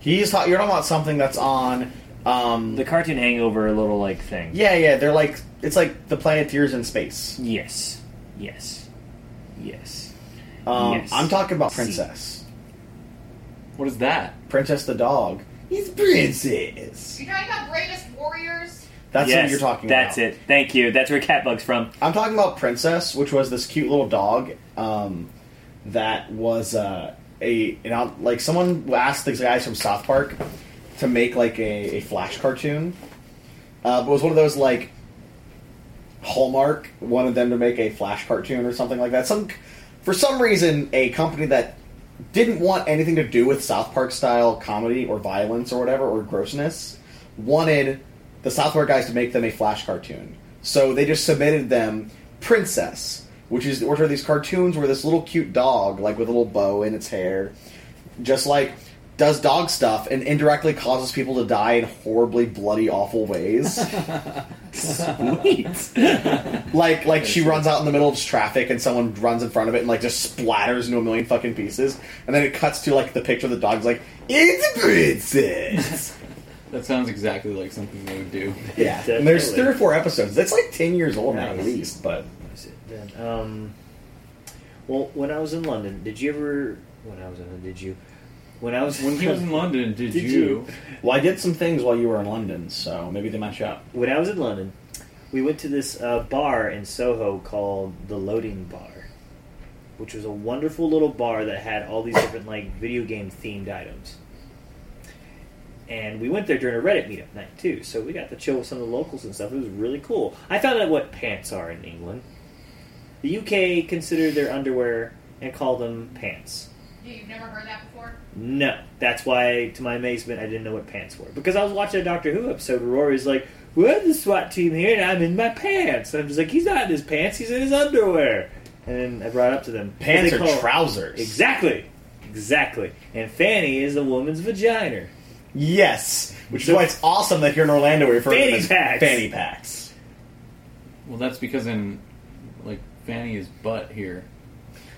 He's ta- you're talking about something that's on. Um, The cartoon Hangover little like thing. yeah, yeah. They're like it's like the Planeteers in space. Yes. Yes. Yes. Um, Yes. I'm talking about See. princess. What is that? Princess the dog. He's princess. You're talking about Bravest Warriors. That's yes, what you're talking That's about. it. Thank you. That's where Catbug's from. I'm talking about Princess, which was this cute little dog um, that was uh, a you know like someone asked these guys from South Park to make like a, a Flash cartoon, uh, but it was one of those like Hallmark wanted them to make a Flash cartoon or something like that. Some for some reason a company that didn't want anything to do with South Park style comedy or violence or whatever or grossness wanted the South Park guys to make them a Flash cartoon. So they just submitted them Princess, which is which are these cartoons where this little cute dog, like with a little bow in its hair, just like does dog stuff and indirectly causes people to die in horribly bloody awful ways. like like she runs out in the middle of traffic and someone runs in front of it and like just splatters into a million fucking pieces and then it cuts to like the picture of the dog's like it's princess That sounds exactly like something they would do. yeah and there's three or four episodes that's like 10 years old now at Nice. least but was it then? Um, well, when I was in London, did you ever? When I was in, did you? When I was When he was in London, did, Did you? you? well I did some things while you were in London so maybe they match up when I was in London, we went to this uh, bar in Soho called the Loading Bar, which was a wonderful little bar that had all these different like video game themed items. And we went there during a Reddit meetup night too, so we got to chill with some of the locals and stuff. It was really cool. I found out what pants are in England. The UK consider their underwear and call them pants. Yeah, you've never heard that before. No, that's why, to my amazement, I didn't know what pants were because I was watching a Doctor Who episode where Rory's like, "We're the SWAT team here, and I'm in my pants." And I'm just like, "He's not in his pants; he's in his underwear." And then I brought it up to them, pants They are call- trousers Exactly, exactly. And Fanny is a woman's vagina. Yes, which is why it's awesome that here in Orlando we refer Fanny to them as packs. fanny packs. Well, that's because in like Fanny is butt here.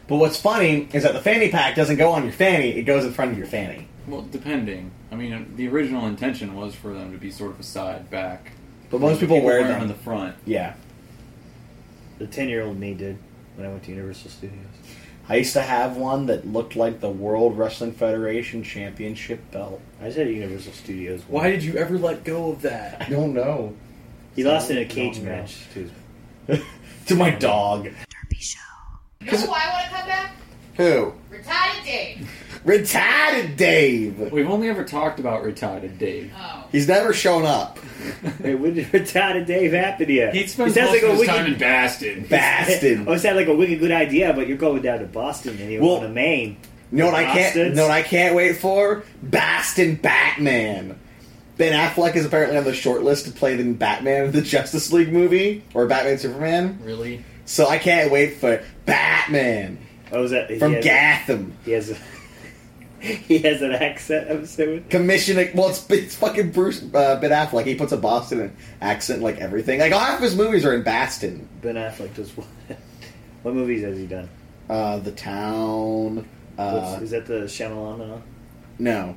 But what's funny is that the fanny pack doesn't go on your fanny; it goes in front of your fanny. Well, depending. I mean, the original intention was for them to be sort of a side back. But most people wear them. in the front. Yeah, The ten-year-old me did when I went to Universal Studios. I used to have one that looked like the World Wrestling Federation Championship belt. I was at Universal Studios. Why did you ever let go of that? I don't know. He lost in a cage match to to my dog. You know who I want to come back? Who? Retired Dave. Retarded Dave. We've only ever talked about retarded Dave. He's never shown up. Hey, when did Retarded Dave happen to you? He spends sounds like most a of his wicked- time in Boston. I always had like a wicked good idea, but you're going down to Boston and you're Well, going to Maine. You know what I can't. You Bastards. know what I can't wait for? Bastin Batman. Ben Affleck is apparently on the short list to play the Batman of the Justice League movie or Batman Superman. Really? So I can't wait for Batman. Oh, was that from he has- Gotham? He has. A, he has an accent. I'm assuming. Commissioning. Well, it's, it's fucking Bruce uh, Ben Affleck. He puts a Boston accent in, like everything. Like half his movies are in Boston. Ben Affleck does what? what movies has he done? Uh, the Town. Uh, What's- is that the Shyamalan? and all? no,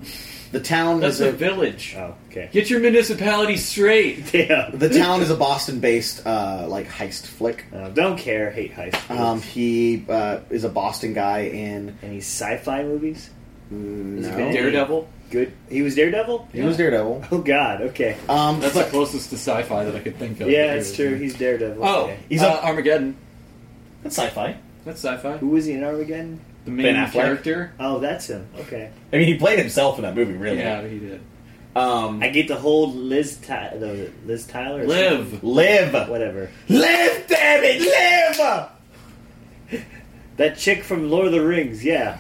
The Town That's is a, a village. Oh, okay. Get your municipality straight. Yeah. The Town is a Boston-based uh, like heist flick. Uh, don't care. Hate heist. Um, he uh, is a Boston guy in. And he's sci-fi movies. No. Daredevil. Good. He was Daredevil. He was Daredevil. Oh God. Okay. Um, That's the closest to sci-fi that I could think of. yeah, it's true. He's Daredevil. Oh, okay. he's uh, Armageddon. That's sci-fi. That's sci-fi. Who was he in Armageddon? The main Ben Affleck. character. Oh, that's him. Okay. I mean, he played himself in that movie, really. Yeah, he did. Um, I get the whole Liz Ty- the Liz Tyler. or Live. live, something? Whatever. live, damn it, live. That chick from Lord of the Rings. Yeah.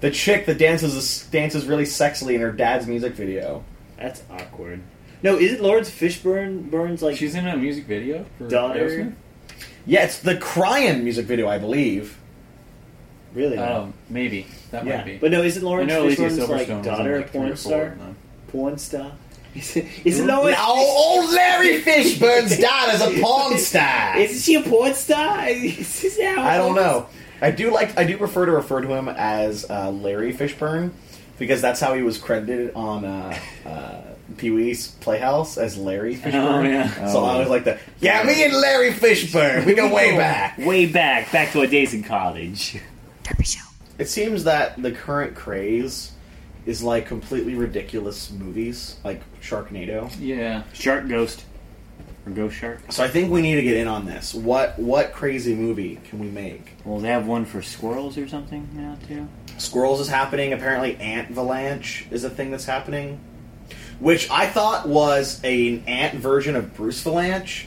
The chick that dances dances really sexily in her dad's music video. That's awkward. No, isn't Lawrence Fishburne Burns like She's in a music video for daughter? Yeah, it's the crying music video, I believe. Really? Aerosmith? Oh, Um, maybe that yeah. might be. But no, isn't I Lawrence know Alicia Fishburne's Silverstone like was in, daughter like, a three porn or four star? of them. Porn star? Is it, is it No, Lawrence? old Larry Fishburne's dad is a porn star. Isn't she a porn star? Is this how it I don't works? know. I do like. I do prefer to refer to him as uh, Larry Fishburne because that's how he was credited on uh, uh, Pee Wee's Playhouse as Larry Oh, Fishburne. yeah. So I always like that. Yeah, me and Larry Fishburne, we go way back. Way back, back to our days in college. Derby Show. It seems that the current craze is like completely ridiculous movies, like Sharknado. Yeah. Shark Ghost. Or Ghost Shark. So I think we need to get in on this. What what crazy movie can we make? Well, they have one for squirrels or something now, too. Squirrels is happening. Apparently, ant avalanche is a thing that's happening, which I thought was an ant version of Bruce Valanche,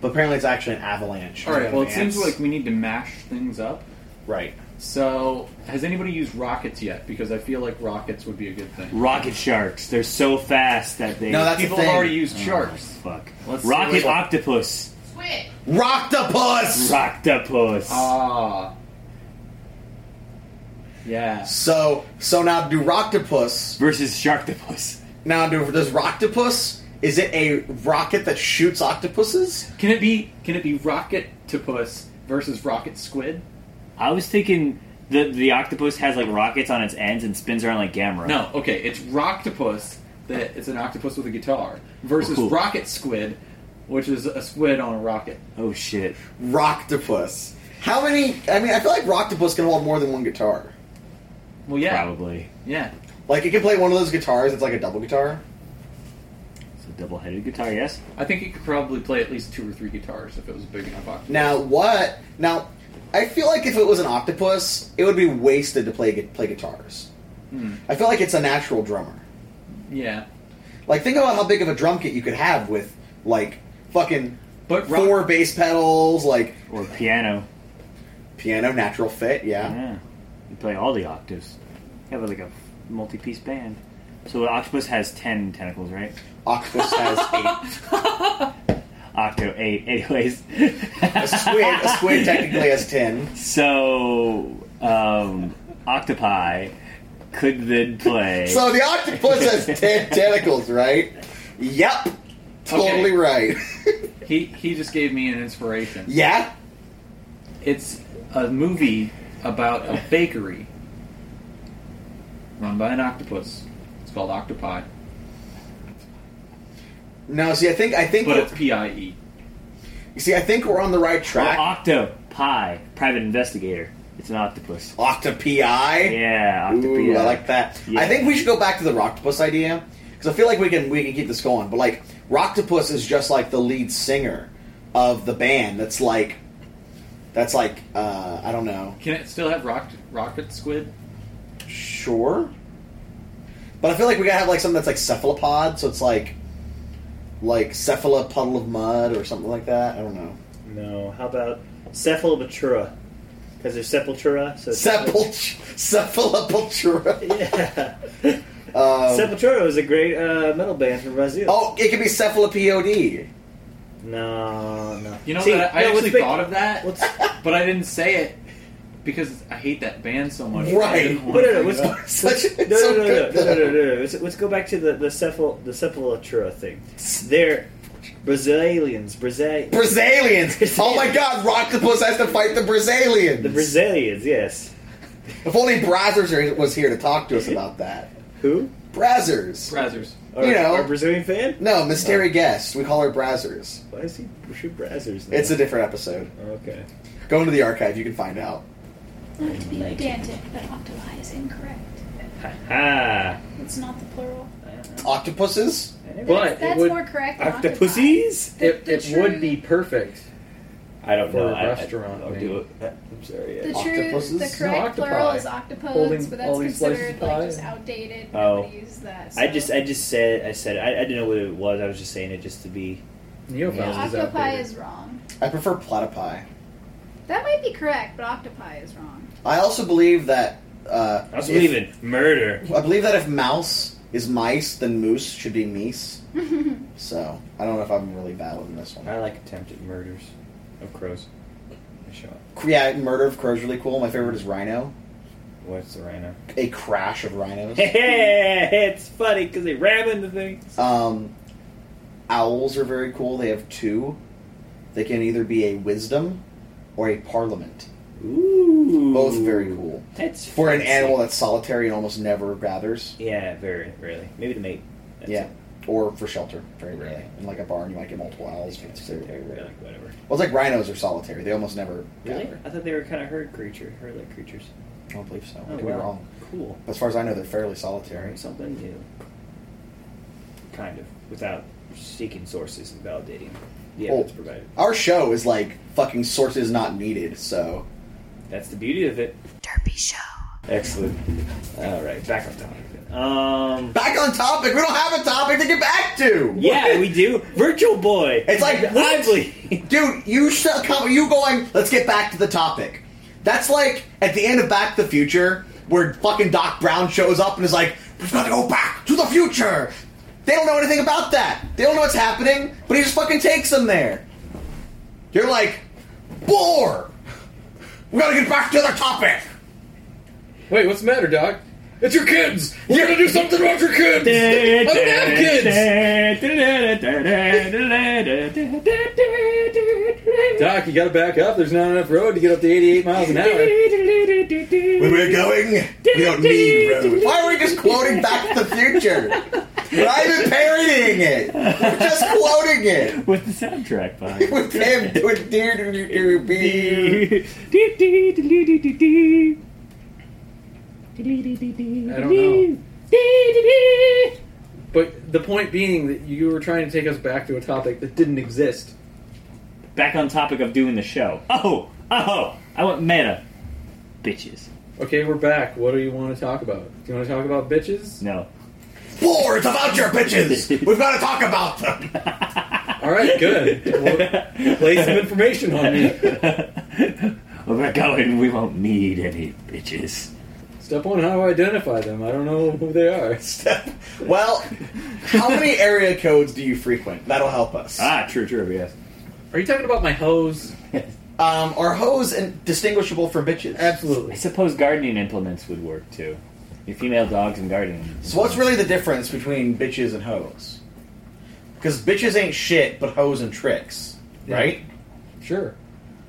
but apparently it's actually an avalanche. All right. Well, it Ants. seems like we need to mash things up. right. So, has anybody used rockets yet? Because I feel like rockets would be a good thing. Rocket sharks. They're so fast that they. No, that's People the have thing. already Oh. used sharks. Fuck. Let's see Rocket what- octopus. Squid. Rocktopus. Octopus. Ah. Yeah. So so now do rocktopus. versus sharktopus. Now do does rocktopus? Is it a rocket that shoots octopuses? Can it be? Can it be rocket versus rocket squid? I was thinking the the octopus has like rockets on its ends and spins around like Gamera. No. Okay. It's rocktopus. That it's an octopus with a guitar versus Oh, Cool. rocket squid, which is a squid on a rocket. Oh shit. Rocktopus. How many? I mean, I feel like rocktopus can hold more than one guitar. Well, yeah. Probably. Yeah. Like it can play one of those guitars. It's like a double guitar. It's a double headed guitar, yes? I think it could probably play at least two or three guitars if it was a big enough octopus. Now what? Now, I feel like if it was an octopus, it would be wasted to play gu- play guitars. Hmm. I feel like it's a natural drummer. Yeah. Like think about how big of a drum kit you could have with like fucking But rock- four bass pedals, like Or piano. piano, natural fit. Yeah, Yeah. You play all the octaves. You have like a multi piece band. So an octopus has ten tentacles, right? Hmm. octopus has eight. Octo eight. Anyways. A squid, a squid technically has ten. so um octopi Could then play. So the octopus has ten tentacles, right? Yep. Totally Okay. right. He he just gave me an inspiration. Yeah? It's a movie about a bakery run by an octopus. It's called Octopi. No, see, I think I think, but it's P I E. You see, I think we're on the right track. Or octopi, private investigator. It's an octopus. Octopi. Yeah, octopi. Ooh, I like that. I think we should go back to the Rocktopus idea because I feel like we can we can keep this going. But like Rocktopus is just like the lead singer of the band. That's like that's like uh, I don't know. Can it still have rock, rocket squid? Sure, but I feel like we gotta have like something that's like cephalopod. So it's like like cephala puddle of mud or something like that. I don't know. No. How about cephalobatura? Because there's sepultura. So Sepulch- cephalopatura. Um, Sepultura is a great uh, metal band from Brazil. Oh, it could be cephalopod. No, no. You know, See, that I no, what's actually big- thought of that, but I didn't say it because I hate that band so much. I Right. didn't No, want to no, no. bring it up. Let's, no, no, no, no, no, no, no, no, no. Let's, let's go back to the the cephal the cephalatura thing. They're Brazilians. Brazil. Brazilians. Oh my God! Rocktopus has to fight the Brazilians. The Brazilians, yes. If only Brazzers are- was here to talk to us about that. Who? Brazzers. Brazzers. you know, our Brazilian fan. No, mystery guest. We call her Brazzers. Why is he shoot Brazzers? It's a different episode. Okay. Go into the archive. You can find out. Not to be pedantic, but octopi is incorrect. Ah. It's not the plural. Octopuses. But That's it would- more correct than octopuses? It, The- it the would true- be perfect. I don't for know. a I- I- restaurant. I'll name. do it. I'm sorry. The yeah. true, the No, correct octopi. plural is octopus, Holding but all that's these slices considered of like pie. just outdated. Oh. Nobody uses that. So. I just I just said I said I, I didn't know what it was. I was just saying it just to be. yeah, octopi is wrong. I prefer platypi. That might be correct, but octopi is wrong. I also believe that. Uh, I also believe in murder. I believe that if mouse is mice, then moose should be meese. Wait, So I don't know if I'm really battling this one. I like attempted murders of crows. Yeah, murder of crows really cool. My favorite is rhino. What's the rhino? A crash of rhinos. it's funny because they ram into things. Um, owls are very cool. They have two. They can either be a wisdom or a parliament. Ooh. Both very cool. That's For an fancy. animal that's solitary and almost never gathers. Yeah, very rarely. Maybe the mate. That's yeah. it. Or for shelter, very rarely. In like a barn, you might get multiple owls. But it's very, very rare. Like whatever. Well, it's like rhinos are solitary. They almost never Really? gather. I thought they were kind of herd creature, herd-like creatures. I don't believe so. I Oh, could wow. be wrong. Cool. As far as I know, they're fairly solitary. Something new. Kind of, without seeking sources and validating the Well, evidence provided. Our show is like fucking sources not needed, so. That's the beauty of it. Derpy Show. Excellent. All right, back on topic. Um, back on topic. We don't have a topic to get back to. Yeah, we do. Virtual Boy. It's like lively, dude. You sh- come, you going? Let's get back to the topic. That's like at the end of Back to the Future, where fucking Doc Brown shows up and is like, "We're going to go back to the future." They don't know anything about that. They don't know what's happening, but he just fucking takes them there. You're like, "War." We gotta get back to the topic. Wait, what's the matter, Doc? It's your kids. We're gonna do something about your kids. I don't have kids. Doc, you gotta back up. There's not enough road to get up to 88 miles an hour. Where we're going, we don't need roads. Why are we just quoting Back to the Future? We're not even parodying it. We're just quoting it. With the soundtrack behind With him doing dear do do do be. I don't know. But the point being that you were trying to take us back to a topic that didn't exist. Back on topic of doing the show. Oh, oh, I went meta. Bitches. Okay, we're back. What do you want to talk about? Do you want to talk about bitches? No. War, it's about your bitches. We've got to talk about them. All right, good. Well, lay some information on me. Where we're going, we won't need any bitches. Step one: How do I identify them? I don't know who they are. Step. Well, how many area codes do you frequent? That'll help us. Ah, true, true, yes. Are you talking about my hose? um, are hoes indistinguishable from bitches? Absolutely. I suppose gardening implements would work too. Your female dogs and guardians. So what's really the difference between bitches and hoes? Because bitches ain't shit, but hoes and tricks, right? Sure.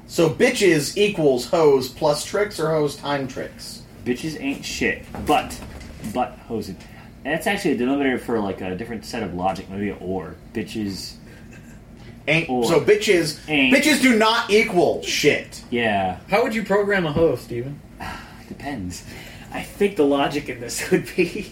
So bitches equals hoes plus tricks or hoes time tricks. Bitches ain't shit, but but hosen. That's actually a denominator for like a different set of logic, maybe an or. Bitches ain't so bitches bitches do not equal shit. Yeah. How would you program a hoe, Steven? Depends. I think the logic in this would be.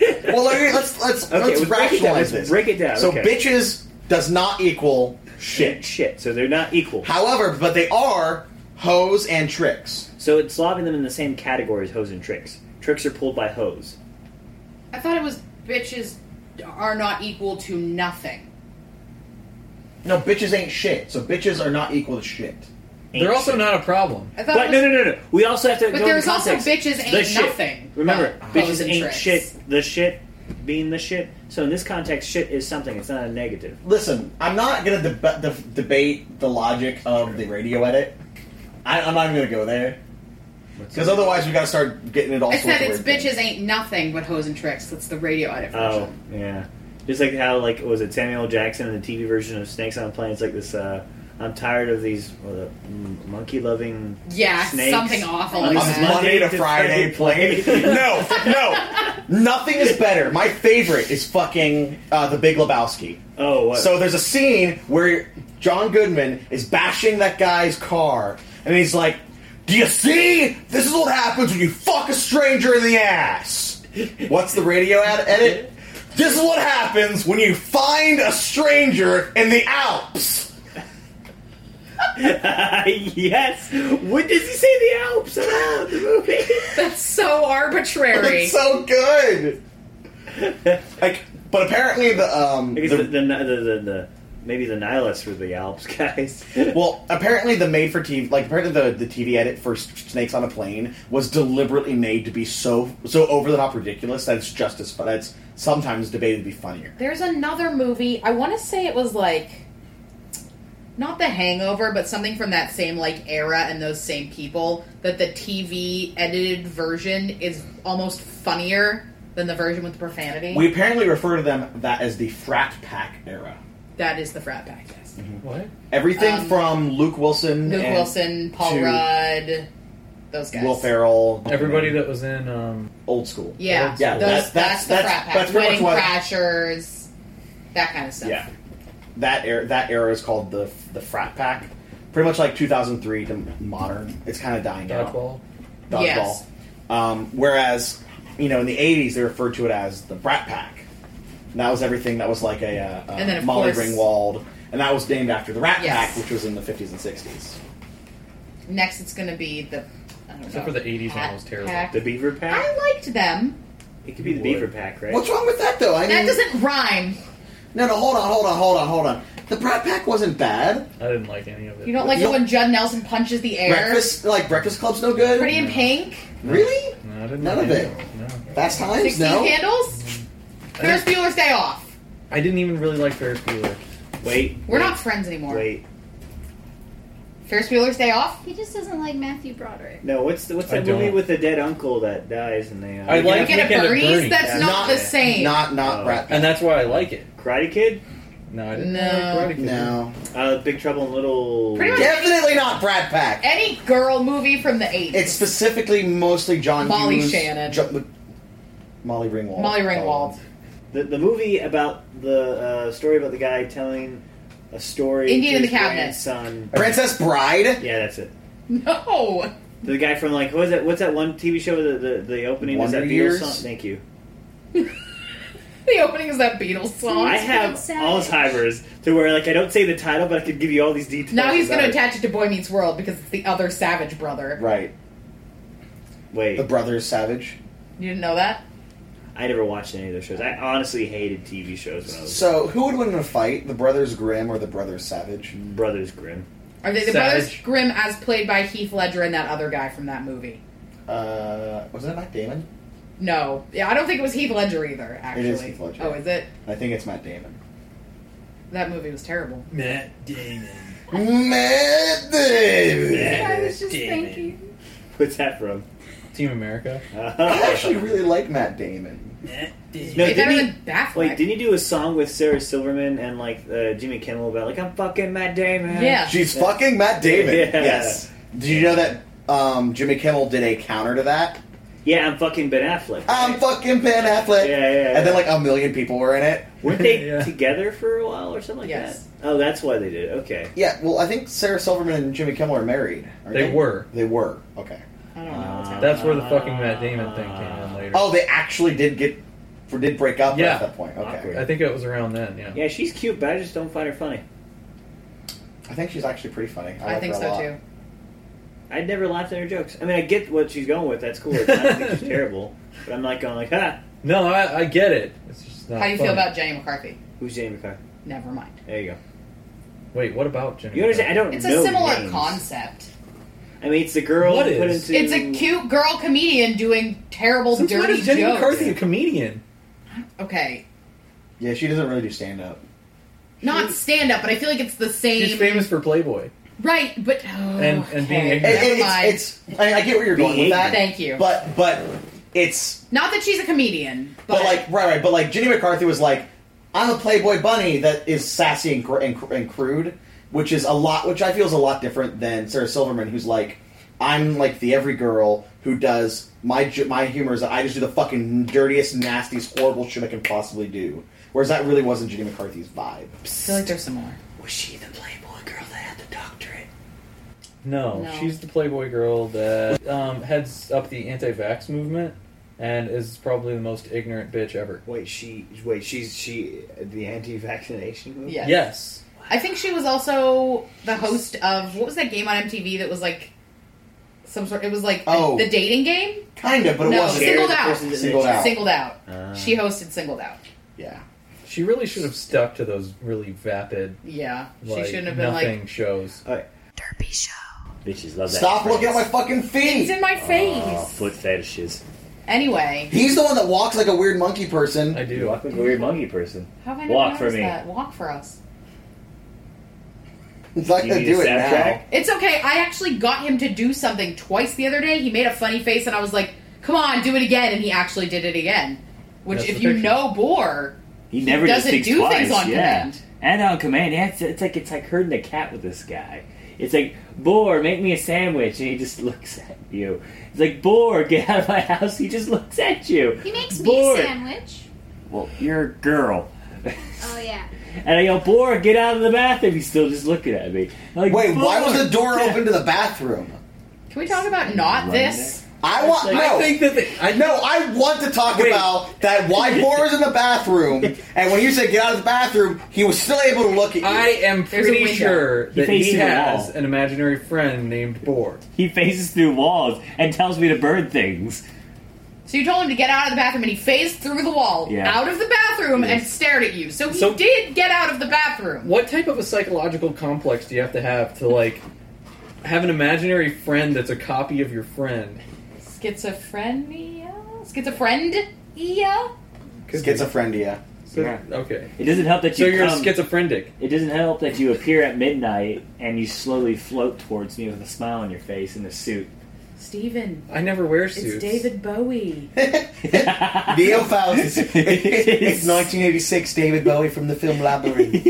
well, let me, let's let's Okay, let's let's break it down. rationalize Let's this. break it down. So Okay. bitches does not equal shit. Shit. So they're not equal. However, but they are hoes and tricks. So it's lobbing them in the same category as hoes and tricks. Tricks are pulled by hoes. I thought it was bitches are not equal to nothing. No, bitches ain't shit. So bitches are not equal to shit. They're also not a problem. I thought But it no, was, no, no, no. We also have to. But go there's into also context. bitches ain't The shit. nothing, Remember, but hoes bitches and ain't tricks. shit. The shit being the shit. So in this context, shit is something. It's not a negative. Listen, I'm not gonna deb- def- debate the logic of the radio edit. I- I'm not even gonna go there because otherwise we gotta start getting it all. I said sorts it's of weird bitches ain't nothing but hoes and tricks. That's the radio edit version. Oh, yeah. Just like how, like, was it Samuel L. Jackson in the TV version of Snakes on a Plane? It's like this. uh I'm tired of these uh, monkey loving Yeah, snakes. something awful On like this that. Monday to Friday plane. no, no, nothing is better. My favorite is fucking uh, the Big Lebowski. Oh, what? so there's a scene where John Goodman is bashing that guy's car, and he's like, "Do you see? This is what happens when you fuck a stranger in the ass." What's the radio ad- edit? This is what happens when you find a stranger in the Alps. yes. When does he say the Alps at all in the movie? That's so arbitrary. It's so good. like, but apparently the um I guess the, the, the, the, the- maybe the nihilists were the Alps guys. well, apparently the made for TV, like apparently the, the TV edit for S- Snakes on a Plane was deliberately made to be so so over the top ridiculous that it's just as fun. That's sometimes debated to be funnier. There's another movie. I want to say it was like not The Hangover, but something from that same like era and those same people. That the TV edited version is almost funnier than the version with the profanity. We apparently refer to them that as the frat pack era. that is the frat pack. Yes. What? Everything Um, from Luke Wilson, Luke and Wilson, Paul to Rudd, those guys. Will Ferrell, Everybody that was in um, old school. Yeah, Yeah, those, that's- that's, that's- the that's- frat pack. that's pretty Wedding much what- crashers, that kind of stuff. Yeah, that era, that era is called the the frat pack. Pretty much like 2003 to modern. It's kind of dying Dodgeball? out. Dodgeball. Yes. Um, whereas, you know, in the 80s they referred to it as the brat pack. And that was everything that was like a uh, uh, And then, of Molly course- Ringwald, and that was named after the Rat Yes. Pack, which was in the 50s and 60s. Next, it's going to be the. I don't know, Pat Pack. The Beaver Pack? I liked them. It could be the Beaver Pack, right? What's wrong with that though? I that mean, doesn't rhyme. no, no, hold on, hold on, hold on, hold on. The Brat Pack wasn't bad. I didn't like any of it. You don't like it when Judd Nelson punches the air. Breakfast, like Breakfast Club's no good. Pretty in Pink. Really? No, I didn't None like of any it. Fast Times, Sixteen no. Candles. Ferris Bueller's Day Off. I didn't even really like Ferris Bueller. Wait, We're not friends anymore. Wait, Ferris Bueller's Day Off. He just doesn't like Matthew Broderick. no. What's the, what's I that movie don't. with the dead uncle that dies and they? Uh, I like Weekend Weekend at at Weekend at Bernie's, Bernie's. that's Yeah. not the same. Not not Rat Pack. And that's why I like it. Karate Kid. No, I didn't No. like Karate Kid. No. Uh, Big Trouble in Little. Pretty much Definitely not Brad Pack. Any girl movie from the eighties. It's specifically mostly John Molly Hughes, Shannon. Jo- Molly Ringwald. Molly Ringwald. The, the movie about the uh, story about the guy telling a story. Indian to in the his Cabinet. grandson. Oh. Princess Bride. Yeah, that's it. No. The guy from like what was that? What's that one TV show? The the, the opening Wonder is that Years? Beatles song. Thank you. The opening is that Beatles song. I have Alzheimer's to where like I don't say the title, but I could give you all these details. Now he's going to about it. attach it to Boy Meets World because it's the other Savage brother. Right. Wait. The Brothers Savage. You didn't know that? I never watched any of those shows. I honestly hated TV shows when I was So who would win in a fight, the Brothers Grimm or the Brothers Savage? Brothers Grimm. Are they the brothers Savage. Grimm as played by Heath Ledger and that other guy from that movie? Uh, wasn't it Matt Damon? No. Yeah, I don't think it was Heath Ledger either, actually. is Heath Ledger. Oh, is it? I think it's Matt Damon. That movie was terrible. Matt Damon. Matt Damon. Matt Damon. What's that from? Team America. I actually really like Matt Damon. No, They better didn't than Batfleck. Wait, didn't he do a song with Sarah Silverman and like uh, Jimmy Kimmel about like I'm fucking Matt Damon? Yeah. She's fucking Matt Damon. Yeah. Yes. Did you know that um, Jimmy Kimmel did a counter to that? Yeah, I'm fucking Ben Affleck. I'm fucking Ben Affleck. Yeah, yeah, yeah. And then like a million people were in it. Weren't they together for a while or something like Yes. that? Oh, that's why they did it. Okay. Yeah, well, I think Sarah Silverman and Jimmy Kimmel are married. aren't They were. They were. Okay. I don't know. What's Uh, happening. Uh, That's where the fucking Matt Damon thing came in later. Oh, they actually did get for did break up Yeah. at that point. Okay. I think it was around then. Yeah. Yeah, she's cute, but I just don't find her funny. I think she's actually pretty funny. I, I like think her a so lot. too. I'd never laughed at her jokes. I mean, I get what she's going with. That's cool. It's not that she's terrible, but I'm not going like, ha. No, I, I get it. It's just not How do you feel funny. about Jenny McCarthy? Who's Jamie McCarthy? Never mind. There you go. Wait, what about Jimmy? You understand? I don't It's know. a similar names. concept. I mean, it's the girl What put is? into. It's a cute girl comedian doing terrible, Since when dirty is Jenny jokes. McCarthy a comedian? Okay, Yeah, she doesn't really do stand up. not stand up, but I feel like it's the same. She's famous for Playboy. Right, but oh, And- and being okay, ignorant. It- never it- mind. it's, it's I, I get where you're going with that. Thank you. But but it's not that she's a comedian, but, but, like right right. But like Jenny McCarthy was like, I'm a Playboy bunny that is sassy and, cr- and, cr- and crude, which is a lot, which I feel is a lot different than Sarah Silverman, who's like, I'm like the every girl who does my ju- my humor is that I just do the fucking dirtiest, nastiest, horrible shit I can possibly do. Whereas that really wasn't Jenny McCarthy's vibe. I feel like they're similar. Was she the Playboy girl that had the doctorate? No, No. she's the Playboy girl that um, heads up the anti-vax movement and is probably the most ignorant bitch ever. Wait, she. Wait, she's she the anti-vaccination movement. Yes. Yes. I think she was also the host of what was that game on MTV that was like some sort. It was like Oh. the dating game. Kind of, but it no, wasn't. singled The out. person that Singled out. Singled out. Uh. Ah. she hosted singled out. Yeah. She really should have stuck to those really vapid, Yeah, like, she shouldn't have been nothing like. shows. All right. Derpy Show. Bitches love that. Stop looking at my phrase. fucking It's feet. in my face. Oh, foot fetishes. Anyway, He's the one that walks like a weird monkey person. I do. Walk like a weird monkey person. how have I Walk not for noticed me. that? Walk for us. He's not You gonna need a do it now. soundtrack? It's okay. I actually got him to do something twice the other day. He made a funny face, and I was like, "Come on, do it again!" And he actually did it again. Which, That's if the you picture. know Boar, He never doesn't just thinks do twice. things on yeah. command. And on command, yeah, it's, it's like it's like herding a cat with this guy. It's like boar, make me a sandwich, and he just looks at you. It's like boar, get out of my house. He just looks at you. He makes Boar. me a sandwich. Well, you're a girl. Oh yeah. And I go, boar, get out of the bathroom. He's still just looking at me. I'm like, Wait, why was "Boar!" the door open to the bathroom? can we talk about not Run this? I want Like, no. I think that they, I no, I want to talk Wait. about that why Boar was in the bathroom, and when you said get out of the bathroom, he was still able to look at you. I am There's a pretty window. sure He that he, faces the has wall. an imaginary friend named Boar. He faces through walls and tells me to burn things. So you told him to get out of the bathroom, and he phased through the wall, Yeah. out of the bathroom, and stared at you. So he So- did get out of the bathroom. What type of a psychological complex do you have to have to like have an imaginary friend that's a copy of your friend? Schizophrenia? Schizophrenia? Could be. Schizophrenia. Yeah. Okay. It doesn't help that So you you're come- schizophrenic. It doesn't help that you appear at midnight and you slowly float towards me with a smile on your face in a suit. Steven, I never wear it's suits. David Bowie. Neo Faust. it's 1986. David Bowie from the film Labyrinth.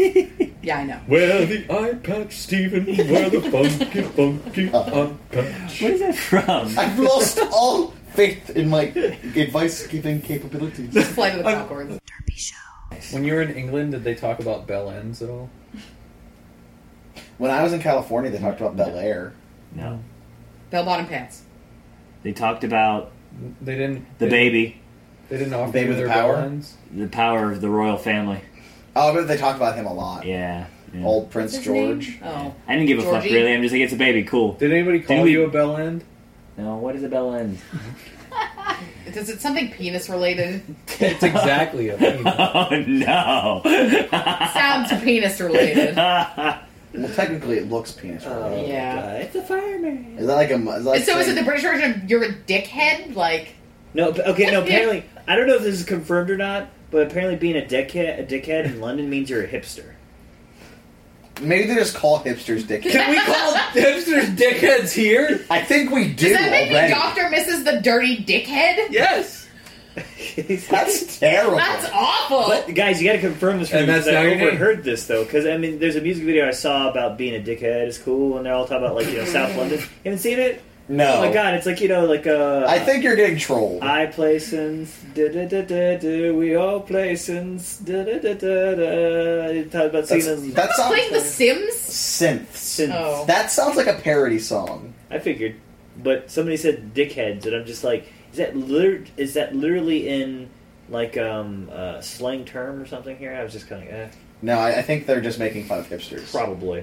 yeah, I know. Wear the eye patch, Stephen. Wear the funky, funky Uh. eye patch. What is that from? I've lost all faith in my advice giving capabilities. Play with popcorn. Derpy Show. When you were in England, did they talk about Bell Ends at all? When I was in California, they talked about Bel Air. No. Bell bottom pants. They talked about They didn't. the they, baby, They didn't offer Baby you with their the power? Bell Ends. the power of the royal family. Oh, I bet they talk about him a lot. Yeah. yeah. Old Prince George. Oh. I didn't give a fuck Georgie? really. I'm just like, it's a baby, cool. Did anybody call Didn't we- you a Bell End? No, what is a bell end? Is it something penis related? It's exactly a baby. Oh no! Sounds penis related. Well, technically, it looks penis. Oh, related. Yeah. it's a fireman. Is that like a? mu- Is that like So is it saying- the British version of you're a dickhead? Like, No, but- okay, no. Apparently, I don't know if this is confirmed or not, but apparently, being a dickhead, a dickhead in London means you're a hipster. Maybe they just call hipsters dickheads. Can we call hipsters dickheads here? I think we do Does that make me already. Doctor Mrs. the Dirty Dickhead? Yes. That's terrible. That's awful. But, guys, you got to confirm this for And me that's because I now your name. overheard this though. Because I mean, there's a music video I saw about being a dickhead is cool, and they're all talking about like you know South London. You haven't seen it? No. Oh my god, it's like you know like uh. I think you're getting trolled. I play sins. Da, da, da, da, da, we all play sins. Da, da, da, da, da. It talks about That's- singing. that sounds- Playing The Sims? Synth. Synth. Oh. That sounds like a parody song. I figured, but somebody said dickheads, and I'm just like, is that liter- is that literally in like um uh, slang term or something here? I was just kind of eh, No, I, I think they're just making fun of hipsters. probably.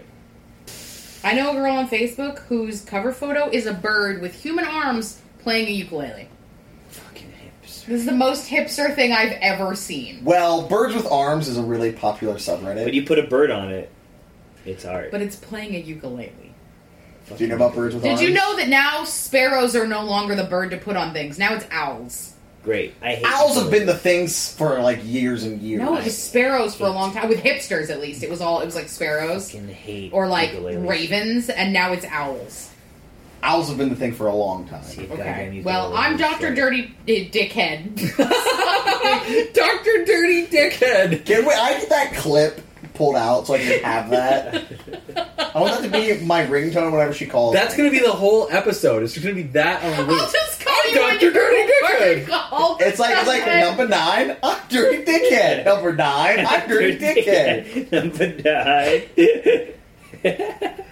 I know a girl on Facebook whose cover photo is a bird with human arms playing a ukulele. Fucking hipster. This is the most hipster thing I've ever seen. Well, Birds with Arms is a really popular subreddit. But you put a bird on it, it's art. But it's playing a ukulele. Do you know about Birds with Did Arms? you know that now sparrows are no longer the bird to put on things? Now it's owls. Great. I hate Owls have been the things for like years and years. No, it was sparrows for a long time. With hipsters, at least, it was all it was like sparrows hate or like ukuleles. ravens, and now it's owls. Owls have been the thing for a long time. Okay. Well, I'm Doctor Dirty eh, Dickhead. Doctor Dirty Dickhead. Can we? I get that clip pulled out so I can have that. I want that to be my ringtone whenever she calls. That's going to be the whole episode. It's going to be that on the I'll loop. just call you Dr. when you Dirty Dickhead. Dickhead. It's like it's like number nine. I'm dirty dickhead. Number nine. I'm dirty dickhead. Number nine.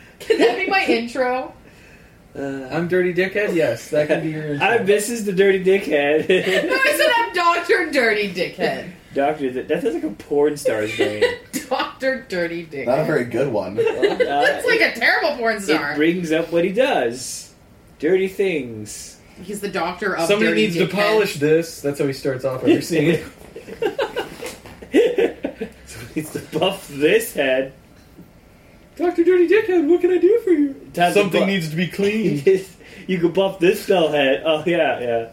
Can that be my intro? I'm Dirty Dickhead? Yes, that can be your. I, this is the dirty dickhead. No, I said I'm Doctor Dirty Dickhead. Doctor, that, that sounds like a porn star's name. Doctor Dirty Dickhead. Not a very good one. That's like a terrible porn it star. Uh, brings up what he does. Dirty things. He's the doctor of Somebody Dirty needs Dickhead. to polish this. That's how he starts off every scene. He's to buff this head. Dr. Dirty Dickhead, what can I do for you? Time to Something bu- needs to be Hmm. cleaned. you could buff this fell head. Oh yeah, yeah.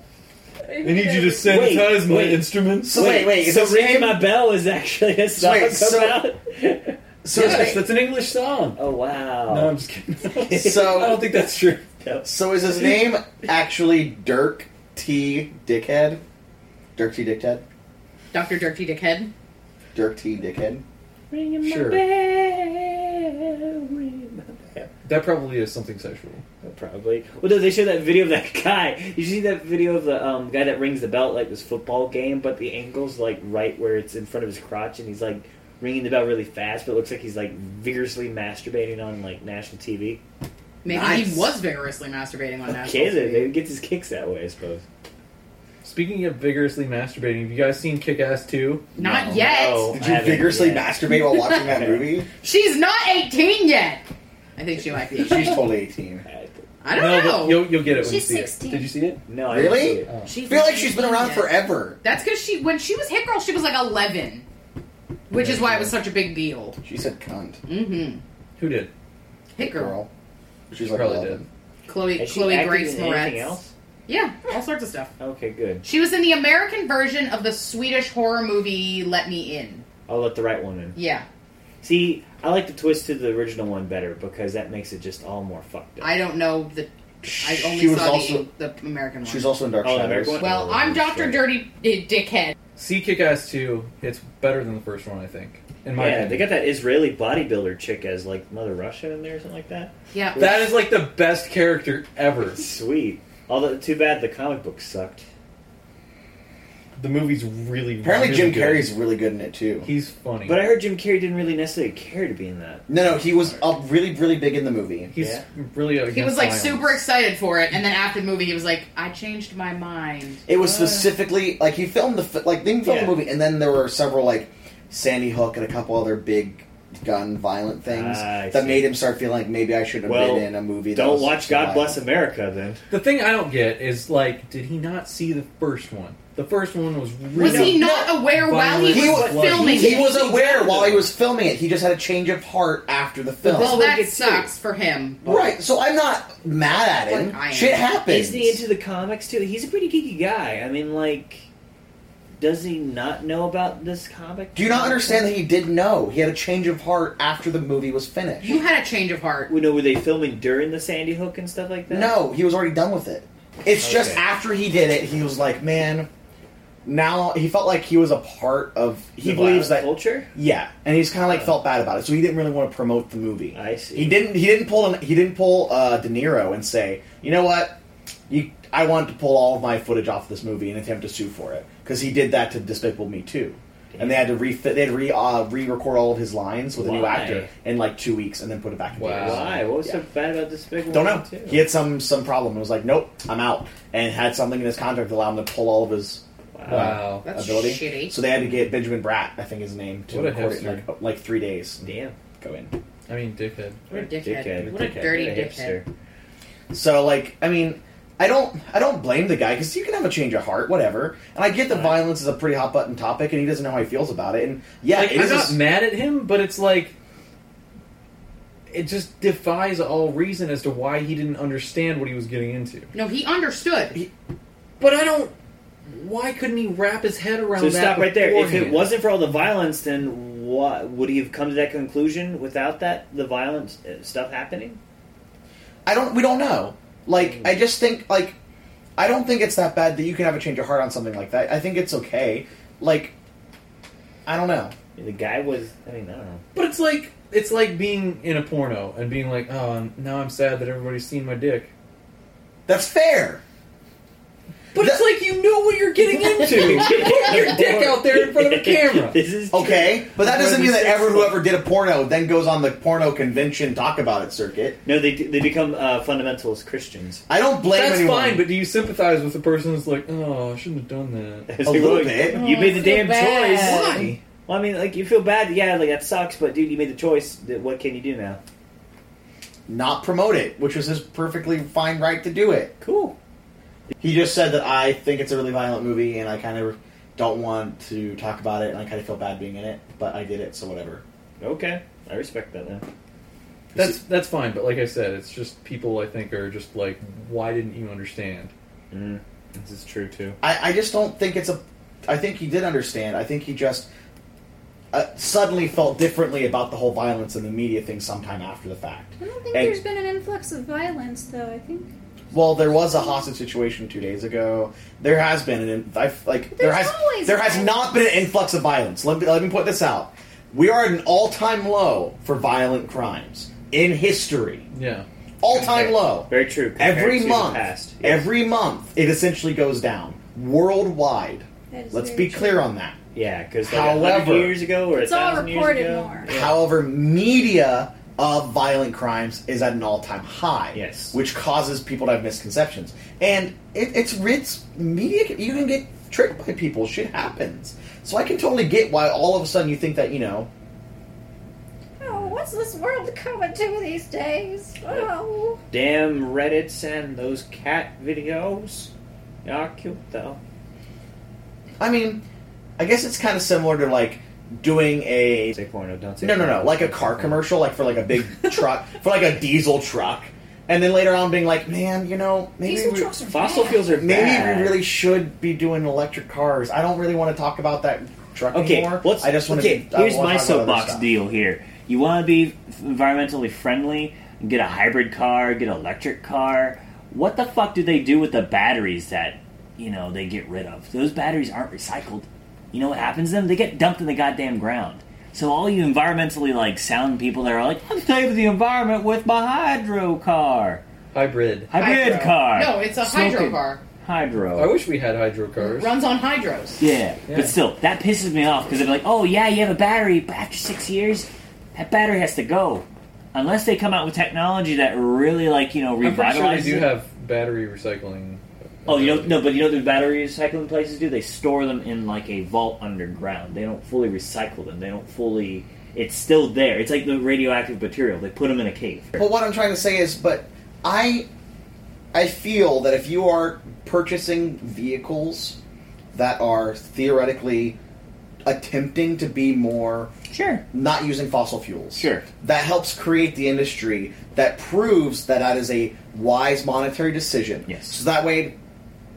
I need you to sanitize my instruments. So wait, wait, is So this ring him? my bell is actually a song wait, so- about. So yes, that's an English song. Oh wow. No, I'm just kidding. So- Oh. I don't think that's true. So is his name actually Dirk T. Dickhead? Dirk T. Dickhead. Doctor Dirty Dickhead. Dirk T. Dickhead. Ringing Sure. my bell, ringing my bell. That probably is something sexual. Probably. Well, no, they show that video of that guy. Did you see that video of the um, guy that rings the bell at, like this football game, but the angle's like right where it's in front of his crotch, and he's like ringing the bell really fast, but it looks like he's like vigorously masturbating on like national TV. Maybe Nice. he was vigorously masturbating on national Okay, then TV. maybe he gets his kicks that way, I suppose. Speaking of vigorously masturbating, have you guys seen Kick Ass 2? Not yet. No, Did Oh, I you haven't vigorously yet. masturbate while watching that movie? She's not 18 yet. I think she might be. She's totally eighteen. I don't no, know. But you'll, you'll get it when She's you see 16. it. Did you see it? No, I Really? didn't see it. Oh. I feel like she's been around Yeah. forever. That's because she, when she was Hit Girl, she was like 11, which is why it was such a big deal. She said cunt. Mm-hmm. Who did? Hit Girl, Girl. She's like Probably 11. Chloe, Has she Chloe acted Grace in anything Moretz. else? Yeah, all sorts of stuff. Okay, good. She was in the American version of the Swedish horror movie Let Me In. I'll let the right one in. Yeah, See, I like the twist to the original one better because that makes it just all more fucked up. I don't know the. I only She was saw also- the, the American one. She was also in Dark Oh, the Shadows. American one? well, I'm Doctor Dirty eh, Dickhead. See Kick Ass 2. It's better than the first one, I think. In my yeah, opinion. they got that Israeli bodybuilder chick as like Mother Russia in there or something like that. Yeah, that is like the best character ever. Sweet. Although, too bad the comic book sucked. The movie's really Apparently, really Jim good. Carrey's really good in it too. He's funny. But I heard Jim Carrey didn't really necessarily care to be in that. no, no, he was uh, really, really big in the movie. He's Yeah. really against he was like violence. super excited for it, and then after the movie, he was like, "I changed my mind." It was specifically like he filmed the fi- like they filmed Uh, Yeah. the movie, and then there were several like Sandy Hook and a couple other big gun violent things Ah, I that see. made him start feeling like maybe I should have Well, been in a movie. that Don't was watch God violent. Bless America then. The thing I don't get is like, did he not see the first one? The first one was really Was he not aware while he He was was- filming? He it? was aware while he was filming it. He just had a change of heart after the film. Well, Well, that it's true. sucks for him. right, so I'm not mad at Like, I him. am. Shit happens. Is he into the comics too? He's a pretty geeky guy. I mean, like, Does he not know about this comic? Do you not understand that he did know? He had a change of heart after the movie was finished. You had a change of heart. We know were they filming during the Sandy Hook and stuff like that? No, he was already done with it. It's just Okay. after he did it, he was like, man. Now he felt like he was a part of. He The violent believes that culture. Yeah, and he's kind of like felt bad about it, so he didn't really want to promote the movie. I see. He didn't. He didn't pull. An, he didn't pull uh, De Niro and say, you know what, you, I want to pull all of my footage off this movie and attempt to sue for it because he did that to Despicable Me too. And they had to refit. They had to re uh, re-record all of his lines with a new Why? actor in like two weeks, and then put it back. in theaters. Why? What was so bad about this big one? Don't know. too? He had some some problem. and was like, nope, I'm out, and had something in his contract that allowed him to pull all of his uh, Wow. That's ability. shitty. So they had to get Benjamin Bratt, I think his name, to What a record it in hipster. like, like three days. Damn, go in. I mean, dickhead. What a dickhead. What a dirty dickhead. So like, I mean, I don't I don't blame the guy because you can have a change of heart, whatever. And I get the violence is a pretty hot button topic, and he doesn't know how he feels about it. And yeah, like, it I'm is a not s- mad at him, but it's like it just defies all reason as to why he didn't understand what he was getting into. No, he understood. but I don't. Why couldn't he wrap his head around? So that stop right there. If it beforehand? wasn't for all the violence, then what would he have come to that conclusion without that the violent uh, stuff happening? I don't. We don't know. Like, Mm. I just think like I don't think it's that bad that you can have a change of heart on something like that. I think it's okay. Like, I don't know. The guy was. I mean, I don't know. But it's like it's like being in a porno and being like, oh, now I'm sad that everybody's seen my dick. That's fair. But it's like you know what you're getting into. Put your dick out there in front of a camera. This is okay, but that doesn't mean that Six ever whoever did a porno then goes on the porno convention talk about it circuit. No, they they become uh, fundamentalist Christians. I don't blame That's anyone. fine, but do you sympathize with the person who's like, oh, I shouldn't have done that? It's like, well, You Oh, made the damn choice. Why? Well, I mean, like you feel bad. Yeah, like that sucks. But dude, you made the choice. That what can you do now? Not promote it, which was his perfectly fine right to do it. Cool. He just said that I think it's a really violent movie, and I kind of don't want to talk about it, and I kind of feel bad being in it, but I did it, so whatever. Okay, I respect that then. That's that's fine, but like I said, it's just people I think are just like, why didn't you understand? Mm. This is true too. I, I just don't think it's a. I think he did understand. I think he just uh, suddenly felt differently about the whole violence and the media thing sometime after the fact. I don't think And- there's been an influx of violence, though. I think Well, there was a hostage situation two days ago. There has been an I've, like there there's has always there has violence. not been an influx of violence. Let me, let me put this out: we are at an all time low for violent crimes in history. Yeah. All time low. Very true. Compared Every to the month, past. every month, it essentially goes down worldwide. That is Let's very be clear on that. Yeah, because like However- however years ago or It's a all thousand reported years ago, more. However, media of violent crimes is at an all-time high. Yes. which causes people to have misconceptions, and it, it's it's media. You can get tricked by people. Shit happens. So I can totally get why all of a sudden you think that you know. Oh, what's this world coming to these days? Oh. Damn Reddits and those cat videos. They are cute though. I mean, I guess it's kind of similar to like doing a say porno. Don't say no, no, porno. no, like a car commercial, like for like a big truck, for like a diesel truck, and then later on being like, man, you know, maybe Diesel we, trucks are Fossil bad. fuels are maybe bad. we really should be doing electric cars. I don't really want to talk about that truck Okay, anymore. let's, I just want okay, to. Here's my soapbox deal. Here, you want to be f- environmentally friendly? Get a hybrid car. Get an electric car. What the fuck do they do with the batteries that you know they get rid of? Those batteries aren't recycled. You know what happens to them? They get dumped in the goddamn ground. So all you environmentally like sound people that are like, I'm saving the environment with my hydro car, hybrid, hybrid Hydro. car. No, it's a Smoking hydro car. Hydro. I wish we had hydro cars. Runs on hydros. Yeah, Yeah. but still, that pisses me off because they're like, "Oh yeah, you have a battery, but after six years, that battery has to go." Unless they come out with technology that really, like, you know, I'm pretty revitalizes. sure they do it. have battery recycling. oh, you know, no, but you know, what the battery recycling places do. They store them in like a vault underground. They don't fully recycle them. They don't fully. It's still there. It's like the radioactive material. They put them in a cave. But what I'm trying to say is, but I, I feel that if you are purchasing vehicles that are theoretically attempting to be more sure not using fossil fuels Sure. that helps create the industry that proves that that is a wise monetary decision yes so that way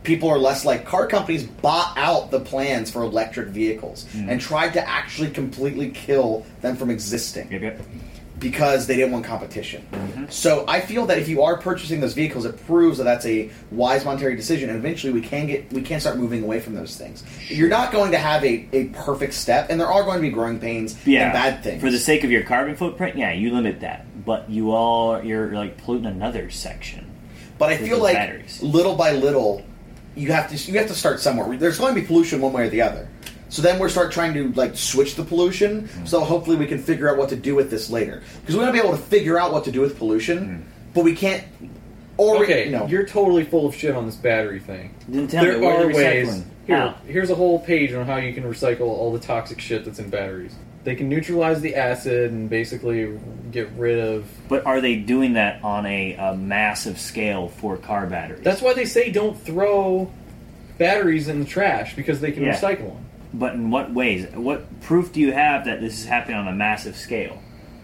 people are less like car companies bought out the plans for electric vehicles Mm. and tried to actually completely kill them from existing yep. Mm-hmm. because they didn't want competition. So I feel that if you are purchasing those vehicles, it proves that that's a wise monetary decision, and eventually we can get we can start moving away from those things. You're not going to have a, a perfect step, and there are going to be growing pains yeah, and bad things. for the sake of your carbon footprint. Yeah, you limit that, but you all you're like polluting another section. But I With feel the like batteries. little by little, you have to you have to start somewhere. There's going to be pollution one way or the other. So then we start trying to like switch the pollution. Mm. So hopefully we can figure out what to do with this later because we're going to be able to figure out what to do with Mm. pollution, but we can't. Or okay, you know, you're totally full of shit on this battery thing. Then tell there me, where's are the ways. recycling? Here, How? here's a whole page on how you can recycle all the toxic shit that's in batteries. They can neutralize the acid and basically get rid of. But are they doing that on a, uh massive scale for car batteries? That's why they say don't throw batteries in the trash because they can Yeah. recycle them. But in what ways? What proof do you have that this is happening on a massive scale?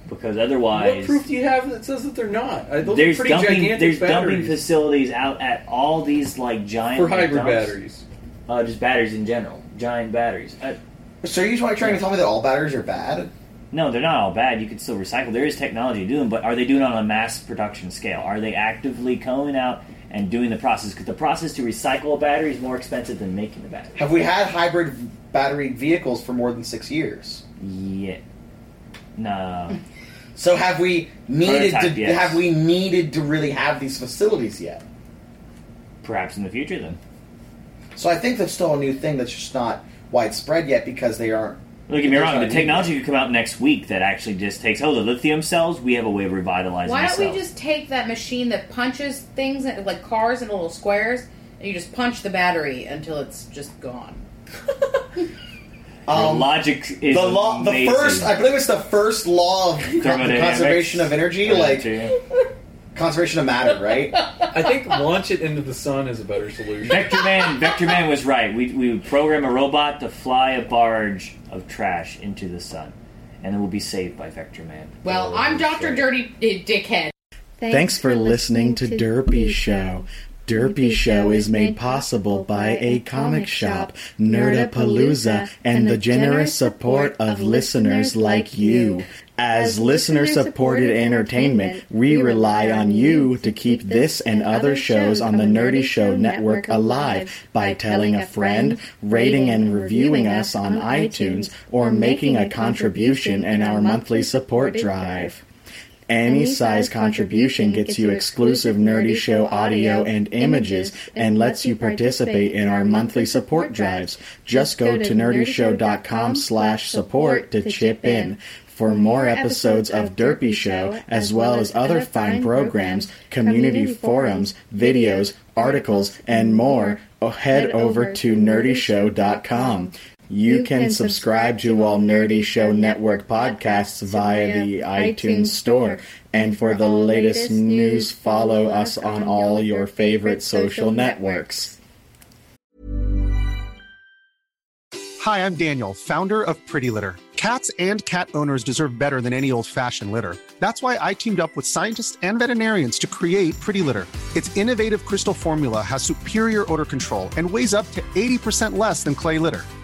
Because What otherwise, proof do you have that says that they're not? Uh, Those there's are pretty dumping gigantic there's dumping batteries. facilities out at all these like giant For hybrid dumps. batteries. uh, just batteries in general, giant batteries. Uh, so are you trying to tell me that all batteries are bad? No, they're not all bad. You can still recycle. There is technology to do them, but are they doing it on a mass production scale? Are they actively going out and doing the process? Because the process to recycle a battery is more expensive than making the battery. have we had hybrid battery vehicles for more than six years? Yeah. No. So have we needed Prototype, to yes. have we needed to really have these facilities yet? Perhaps in the future, then. So I think that's still a new thing that's just not widespread yet because they aren't. Don't get me there's wrong. not The a- technology could come out next week that actually just takes oh the lithium cells. We have a way of revitalizing. Why the don't cells. we just take that machine that punches things in- like cars into little squares, and you just punch the battery until it's just gone? The logic is Um, the law. The amazing. first, I believe it's the first law of Thermodynamics. conservation of energy, like conservation of matter, right? I think launch it into the sun is a better solution. Vector Man, Vector Man was right. We, we would program a robot to fly a barge of trash into the sun, and then we'll be saved by Vector Man. Well, I'm Doctor Dirty eh, Dickhead. Thanks for listening to Derpy Show. Derpy Show is made possible by a comic shop, Nerdapalooza, and the generous support of listeners like you. As listener supported entertainment, we rely on you to keep this and other shows on the Nerdy Show Network alive by telling a friend, rating and reviewing us on iTunes, or making a contribution in our monthly support drive. Any size contribution gets you exclusive Nerdy Show audio and images and lets you participate in our monthly support drives. Just go to nerdyshow.com slash support to chip in. For more episodes of Derpy Show, as well as other fine programs, community forums, videos, articles, and more, oh, head over to nerdyshow.com. You can subscribe to all Nerdy Show Network podcasts via the iTunes Store. And for the latest news, follow us on all your favorite social networks. Hi, I'm Daniel, founder of Pretty Litter. Cats and cat owners deserve better than any old fashioned litter. That's why I teamed up with scientists and veterinarians to create Pretty Litter. Its innovative crystal formula has superior odor control and weighs up to 80% less than clay litter.